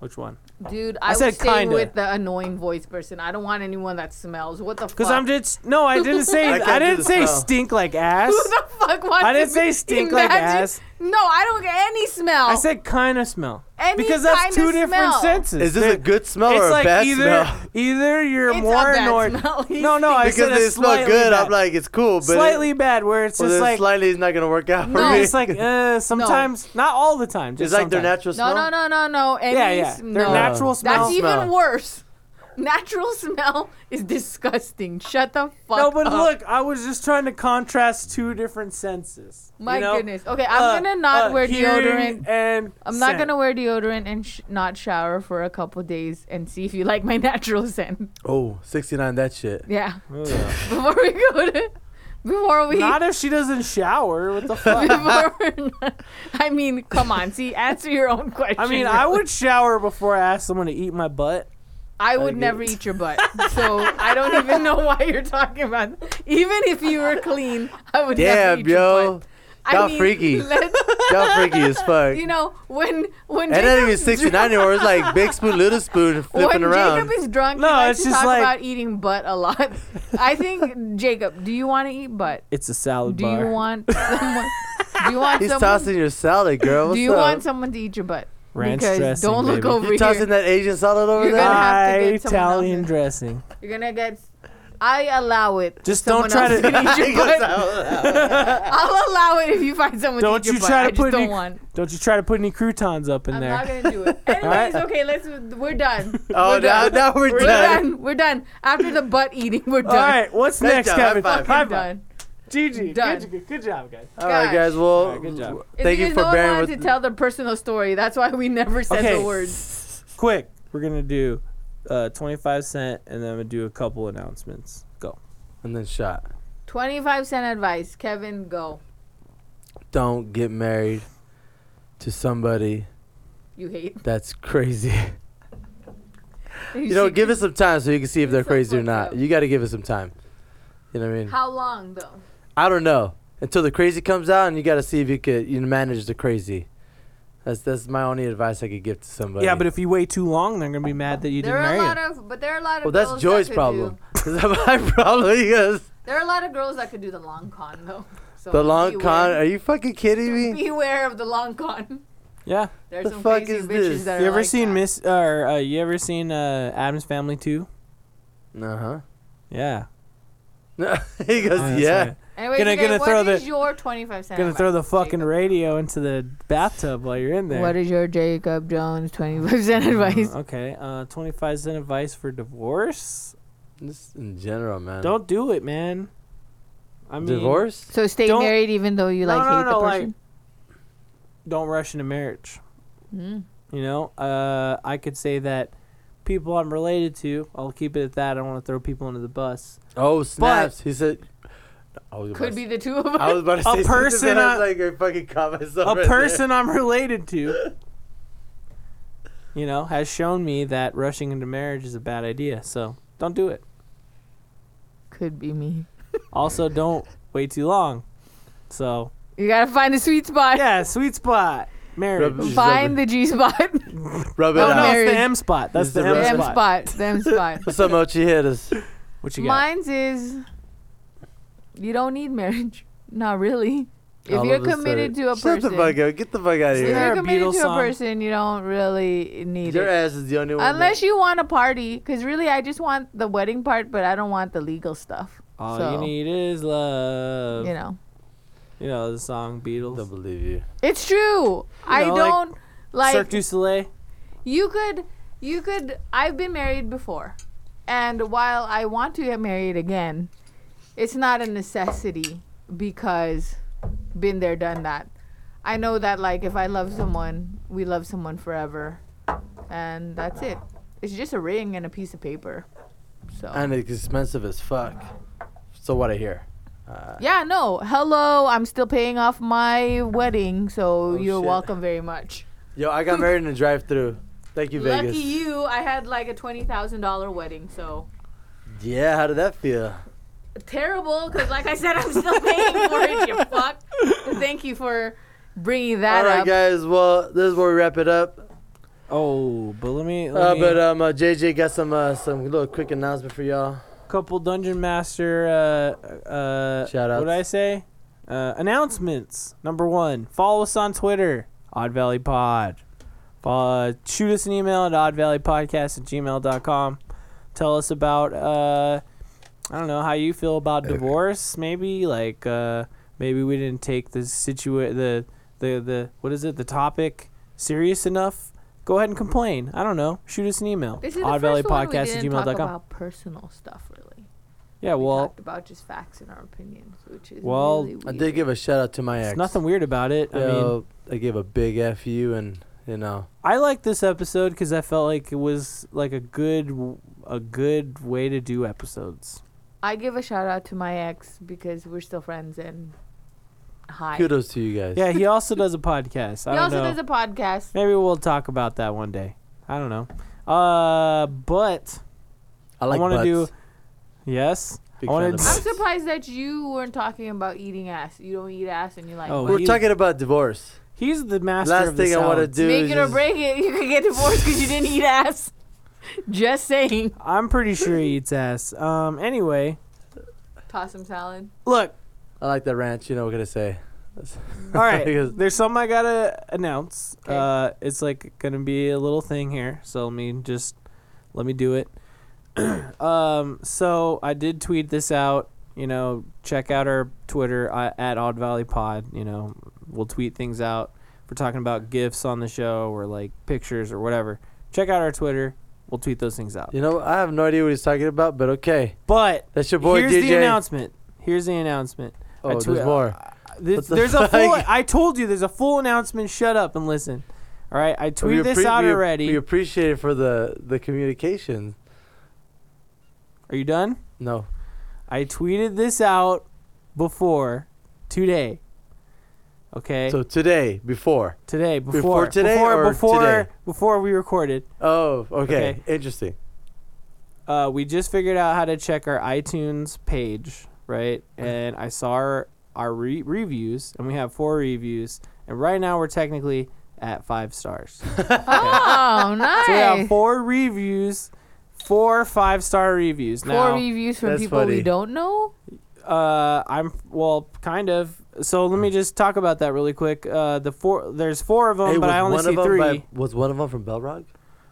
Which one?
Dude, I,
said
would stay
kinda.
with the annoying voice person. I don't want anyone that smells. What the fuck?
Because I'm just no,
[laughs]
I didn't say
I can't
I,
do
didn't
the
say
smell.
stink like ass.
Who the fuck wants
I didn't
to
say
be-
stink like
imagine-
ass.
No, I don't get any smell.
I said kind of smell.
Any
because
kinda
that's two different
smell.
senses.
Is this
They-
a good smell
it's
or a
like
bad
[laughs]
either
smell?
either you're
It's a
more
bad
annoyed. [laughs]
smell. He's
No, no, I
Because
said a
they smell
slightly
good,
Bad.
I'm like, it's cool, but
slightly bad, where it's
well,
just
then
like
slightly is not gonna work out
No.
for me. [laughs]
[laughs] it's like uh, sometimes, not all the time. Just
it's like their
sometimes.
natural
no,
smell.
no, no, no, no. Any
Yeah, yeah.
sm-
Their
no.
natural smell.
That's even
smell.
worse. Natural smell is disgusting. Shut the fuck
No, but
up.
look, I was just trying to contrast two different senses. you
My
know?
goodness. Okay, I'm
Uh,
gonna not
uh,
wear
hearing
deodorant.
and
I'm not
scent.
gonna wear deodorant and sh- not shower for a couple days and see if you like my [laughs] natural scent.
Oh, 69, that
[laughs]
shit.
Yeah.
Ugh.
Before we go to, before we [laughs]
Not if she doesn't shower. What the fuck?
before
[laughs]
we're not- I mean, come on, see, answer your own question.
I mean, I
really.
would shower before I ask someone to eat my butt.
I would
get
never eat your butt, so I don't even know why you're talking about. Even if you were clean, I would never
Damn,
eat your
yo.
butt. I
Y'all
mean,
freaky.
[laughs] let-
[laughs] Y'all freaky as fuck.
you know when when
and not even
Jacob's
69 anymore. It's like big spoon, little spoon
[laughs]
flipping
when
around.
Jacob is drunk,
No,
he likes
it's
to
just
talk
like-
about eating butt a lot. [laughs] I think Jacob, do you want to eat butt?
It's a salad
Do
bar.
you want someone? Do you want
[laughs] He's
someone?
tossing your salad, girl. What's
do you
up?
want someone to eat your butt?
Ranch
because
dressing,
don't look
baby.
over
You
here.
tossing that Asian salad over
You're
there? [laughs]
gonna- have to get someone else
Italian
in.
dressing.
You're gonna get. I allow it.
Just
Someone
don't try
else
[laughs]
to.
can eat your butt. [laughs] I'll allow it if you find someone
Don't
to eat
you
your butt.
try to
I
put
just don't
any-
want.
Don't you try to put any croutons up in
I'm
there.
not gonna do
[laughs]
it. Anyways,
right.
okay, let's. We're done.
oh,
We're
now,
done.
now we're,
We're
done.
done. We're done. After the butt eating, we're done.
All right, what's
Good
next,
job,
Kevin?
high five.
We're
High five.
done.
GG.
Done.
Good, good job, guys.
All right,
Gosh.
guys. Well,
All right, good job.
It's
thank you
because
for
no one
bearing
wanted
with
to tell their personal story. That's why we never said
Okay.
the word.
Quick, we're gonna do uh, 25 cent, and then we do a couple announcements. Go.
And then shot.
Twenty-five cent advice, Kevin. Go.
Don't get married to somebody
You hate. [laughs]
that's crazy. [laughs] You know, give it some time so you can see if
It's
they're
so
crazy or
fucked
not.
up.
You got to give it some time. You know what I
[laughs]
mean?
How long though?
I don't know until the crazy comes out, and you got to see if you could you know, manage the crazy. That's that's my only advice I could give to somebody.
Yeah, but if you wait too long, they're gonna be mad that you
There
didn't
are a
marry
lot
them.
of, but there are a lot of.
well, that's
girls
Joy's
that could
problem.
do-
[laughs] That's my problem. Because
there are a lot of girls that could do the long con though. [laughs] So
the long
beware.
con. Are you fucking kidding me?
Beware of the long con. [laughs]
Yeah.
There's
The
some
fuck
crazy
is
bitches
this?
that
You
are
ever
like
seen
that.
Miss or uh, you ever seen uh, Adam's Family too?
Uh
Yeah.
huh. [laughs] he goes,
that's
Uh, yeah.
right.
Anyways,
Gonna-
you guys,
gonna
what
throw the-
is your 25 cent?
Gonna
advice,
throw the fucking
Jacob?
radio into the bathtub while you're in there.
What is your Jacob Jones 25
[laughs]
cent advice?
Uh, okay. Uh, 25 cent advice for divorce.
Just in general, man.
Don't do it, man. I mean,
Uh, divorce.
So stay
Don't-
married even though you
No,
like
no,
hate
no,
the
like-
person.
Don't rush into marriage.
Mm.
You know, uh, I could say that people I'm related to. I'll keep it at that. I don't want to throw people under the bus.
Oh snaps! he said. I was about
Could
to
be the two of
I
us.
was about to
A
say [laughs]
person,
Something, I was
uh,
like, I fucking caught myself.
A
right
person I'm related to. You know, has shown me that rushing into marriage is a bad idea. So don't do it.
[laughs] Could be me.
Also, don't wait too long.
[laughs]
So
You gotta find the sweet spot.
yeah, sweet spot. Marriage. Oh,
Rub-
Find the G
[laughs]
spot.
there. Rub it
No,
Oh,
out.
no, it's
marriage.
the M spot. That's
It's
the,
the
M,
red
Them
spot.
spot.
[laughs]
Them spot.
What's up, Mochi? Hit us.
What you got?
Mine's is you don't need marriage. Not really. If
All
you're
of a
committed
sudden-
to a
Shut
person,
the fuck up. Get the fuck out of
Is
if
there
here.
a
you're committed
Beatles
to a
song?
person, you don't really need
Your
it.
ass is the only one.
Unless you want a party, because really, I just want the wedding part, but I don't want the legal stuff.
All
so,
you need is love.
you know,
You know the song Beatles.
Don't believe you.
it's true. I
know, like,
don't like,
Cirque du Soleil.
you could, you could. I've been married before, and while I want to get married again, it's not a necessity because been there, done that. I know that like if I love someone, we love someone forever, and that's it. It's just a ring and a piece of paper. So
And it's expensive as fuck. So what I hear. Uh,
Yeah, no. Hello, I'm still paying off my wedding, so
Oh,
you're
shit.
welcome very much.
yo, I got married in a drive-through. Thank you,
Lucky
Vegas.
you, I had like a twenty thousand dollar wedding, so
Yeah, how did that feel?
terrible. Because like I said, I'm still paying for
[laughs]
it. You fuck. Thank you for bringing that
All right,
up.
guys. Well, this is where we wrap it up.
Oh, but let me. Let
Uh,
me
but um, uh, JJ got some uh, some little quick announcement for y'all.
couple dungeon master. Uh, uh,
Shout-outs.
What did I say? Uh, announcements. Number one, follow us on Twitter, Odd Valley Pod. Uh, shoot us an email at oddvalleypodcast at gmail.com. Tell us about, uh, I don't know, how you feel about divorce, maybe. Like, uh, maybe we didn't take the situa- the, the, the, what is it, the topic serious enough. Go ahead and complain. I don't know. Shoot us an email.
This is the first one we didn't
oddvalleypodcast@gmail.com.
talk about personal stuff really.
Yeah,
We
well,
talked about just facts and our opinions, which is
Well,
really
I
weird.
did give a shout out to my ex.
There's nothing weird about it. I mean,
Yo, I gave a big f you and you know.
I like this episode because I felt like it was like a good, a good way to do episodes.
I give a shout out to my ex because we're still friends and hi.
Kudos to you guys.
Yeah, he also does a podcast. I
He
don't
also
know.
does a podcast.
Maybe we'll talk about that one day. I don't know. Uh, but
I
I,
like
want to
butts.
do. Yes,
Big
I wanna
fan of
do-
I'm
butts.
surprised that you weren't talking about eating ass. You don't eat ass, and you're like,
Oh,
oh,
We're
he-
talking about divorce.
he's the master.
Last
of the
thing I want to
salad.
do
make
is
it or
just-
break it. You could get divorced because you didn't eat
[laughs]
ass. Just saying.
I'm pretty sure he eats ass. Um. Anyway,
Toss some salad.
look.
I like that ranch. You know what can I say? That's-
[laughs] All
[laughs]
right,
Because-
there's something I gotta announce.
'Kay.
Uh, it's like gonna be a little thing here, so let me just let me do it. [clears throat] um, so I did tweet this out. You know, check out our Twitter uh, at Odd Valley Pod. You know, we'll tweet things out. If we're talking about gifts on the show or like pictures or whatever. Check out our Twitter. We'll tweet those things out.
You know, I have no idea what he's talking about, but okay.
But
That's your boy
here's
DJ.
the announcement. Here's the announcement. I
oh,
tweet-
there's more.
This,
What the [laughs]
there's a full.
fuck?
I told you there's a full announcement. Shut up and listen. All right, I
We
tweeted this
appre-
out
we-
already.
We appreciate it for the the communication.
Are you done?
No,
I tweeted this out before today. Okay,
so today before.
today before
before today
before
or
before,
today?
before we recorded.
Oh, okay.
Okay.
Interesting.
uh, we just figured out how to check our iTunes page, right? And I saw our, our re- reviews, and we have four reviews, and right now we're technically at five stars.
Oh, [laughs]
So we have
nice.
four reviews, four five star reviews.
Four
now,
reviews from
That's
people we
funny.
don't know.
uh, I'm well, kind of. So let me just talk about that really quick. Uh, the four there's four of them,
Hmm. Hey,
but
was
I only
one
see
of them
three.
by- was one of them from Bell Rock?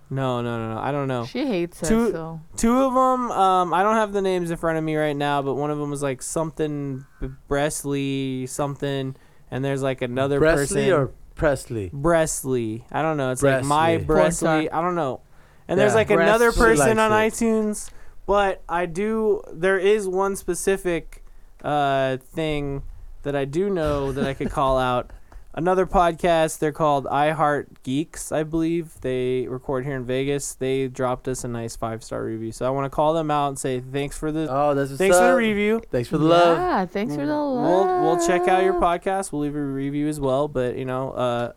No, no, no, no. I don't know.
She hates us.
Oh. Two-
So
Two of them, um, I don't have the names in front of me right now, but one of them was like something B- Bresley something, and there's like another
Presley
person.
or Presley?
Bresley. I don't know. It's like
Bresley.
my
Porn
Bresley. I don't know. And there's
Yeah.
like another
Bresley. She
person on
likes
iTunes, but I do. There is one specific uh, thing that I do know that I could call out. [laughs] Another podcast. They're called I Heart Geeks, I believe. They record here in Vegas. They dropped us a nice five star review, so I want to call them out and say thanks for the
Oh, that's what's
thanks for
up.
the review.
Thanks for the love.
Yeah, thanks for the love.
Mm, We'll we'll check out your podcast. We'll leave a review as well. But you know, uh,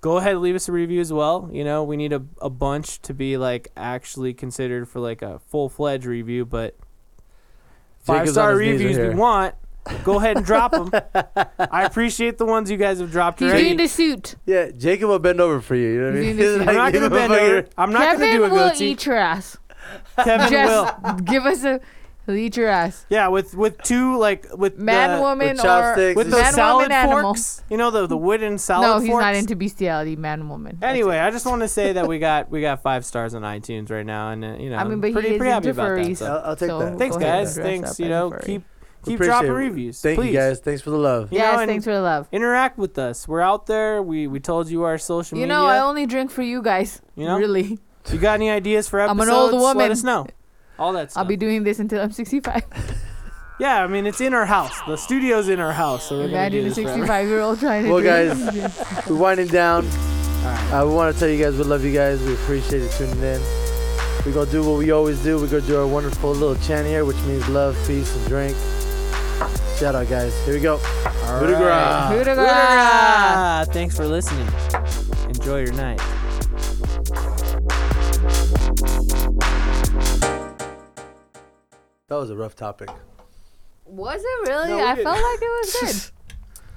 go ahead, leave us a review as well. You know, we need a, a bunch to be like actually considered for like a full fledged review. But five
Jacob's on
star
his knees
reviews
right
we
here.
want. Go ahead and
[laughs]
drop them. I appreciate the ones you guys have dropped
He's
already.
doing the suit.
Yeah, Jacob will bend over for you. You know what I
You
mean? [laughs]
need to see-
I'm not
Give
gonna
him a
bend
fucking-
over. I'm not
Kevin
gonna do a
will
goatee.
eat your ass.
Kevin will.
Just [laughs] give us a he'll eat your ass.
Yeah, with with two like with
Man,
the,
woman, or
chopsticks
with
and
those
man,
salad
woman, animal.
forks. You know the the wooden salad
no,
forks.
he's not into bestiality. Man, woman. That's
Anyway, I just want to say that we got we got five stars on iTunes right now, and uh, you know,
I mean, but he
I'm pretty
is
pretty happy
into
about that.
furries.
So.
I'll, I'll take
So-
that.
Thanks,
Go ahead,
guys.
dress
Thanks.
up
You
as a
know,
furry.
keep
We
keep
appreciate
dropping
it.
reviews.
Thank
please.
you guys. Thanks for the love.
You
yes,
know, and
thanks for the love.
Interact with us. We're out there. We we told you our social
You
media.
know, I only drink for you guys.
You know?
really,
you got any ideas for
I'm
episodes?
an old
Let
woman.
us know. All that stuff.
I'll be doing this until I'm 65.
yeah, I mean, it's in our house. The studio's in our house, so we're gonna
Imagine
do
a
this forever.
65 year old trying to.
Well,
do
guys,
[laughs]
We're winding down.
right.
Uh, we want to tell you guys we love you guys. We appreciate you tuning in. We're going to do what we always do. We're going to do our wonderful little chant here, which means love, peace, and drink. Shout out, guys. Here we go.
All
Hoorah.
right.
Hoorah.
Hoorah. Thanks for listening. Enjoy your night.
That was a rough topic.
was it really?
No, we
I
did-
[laughs]
felt like it was good.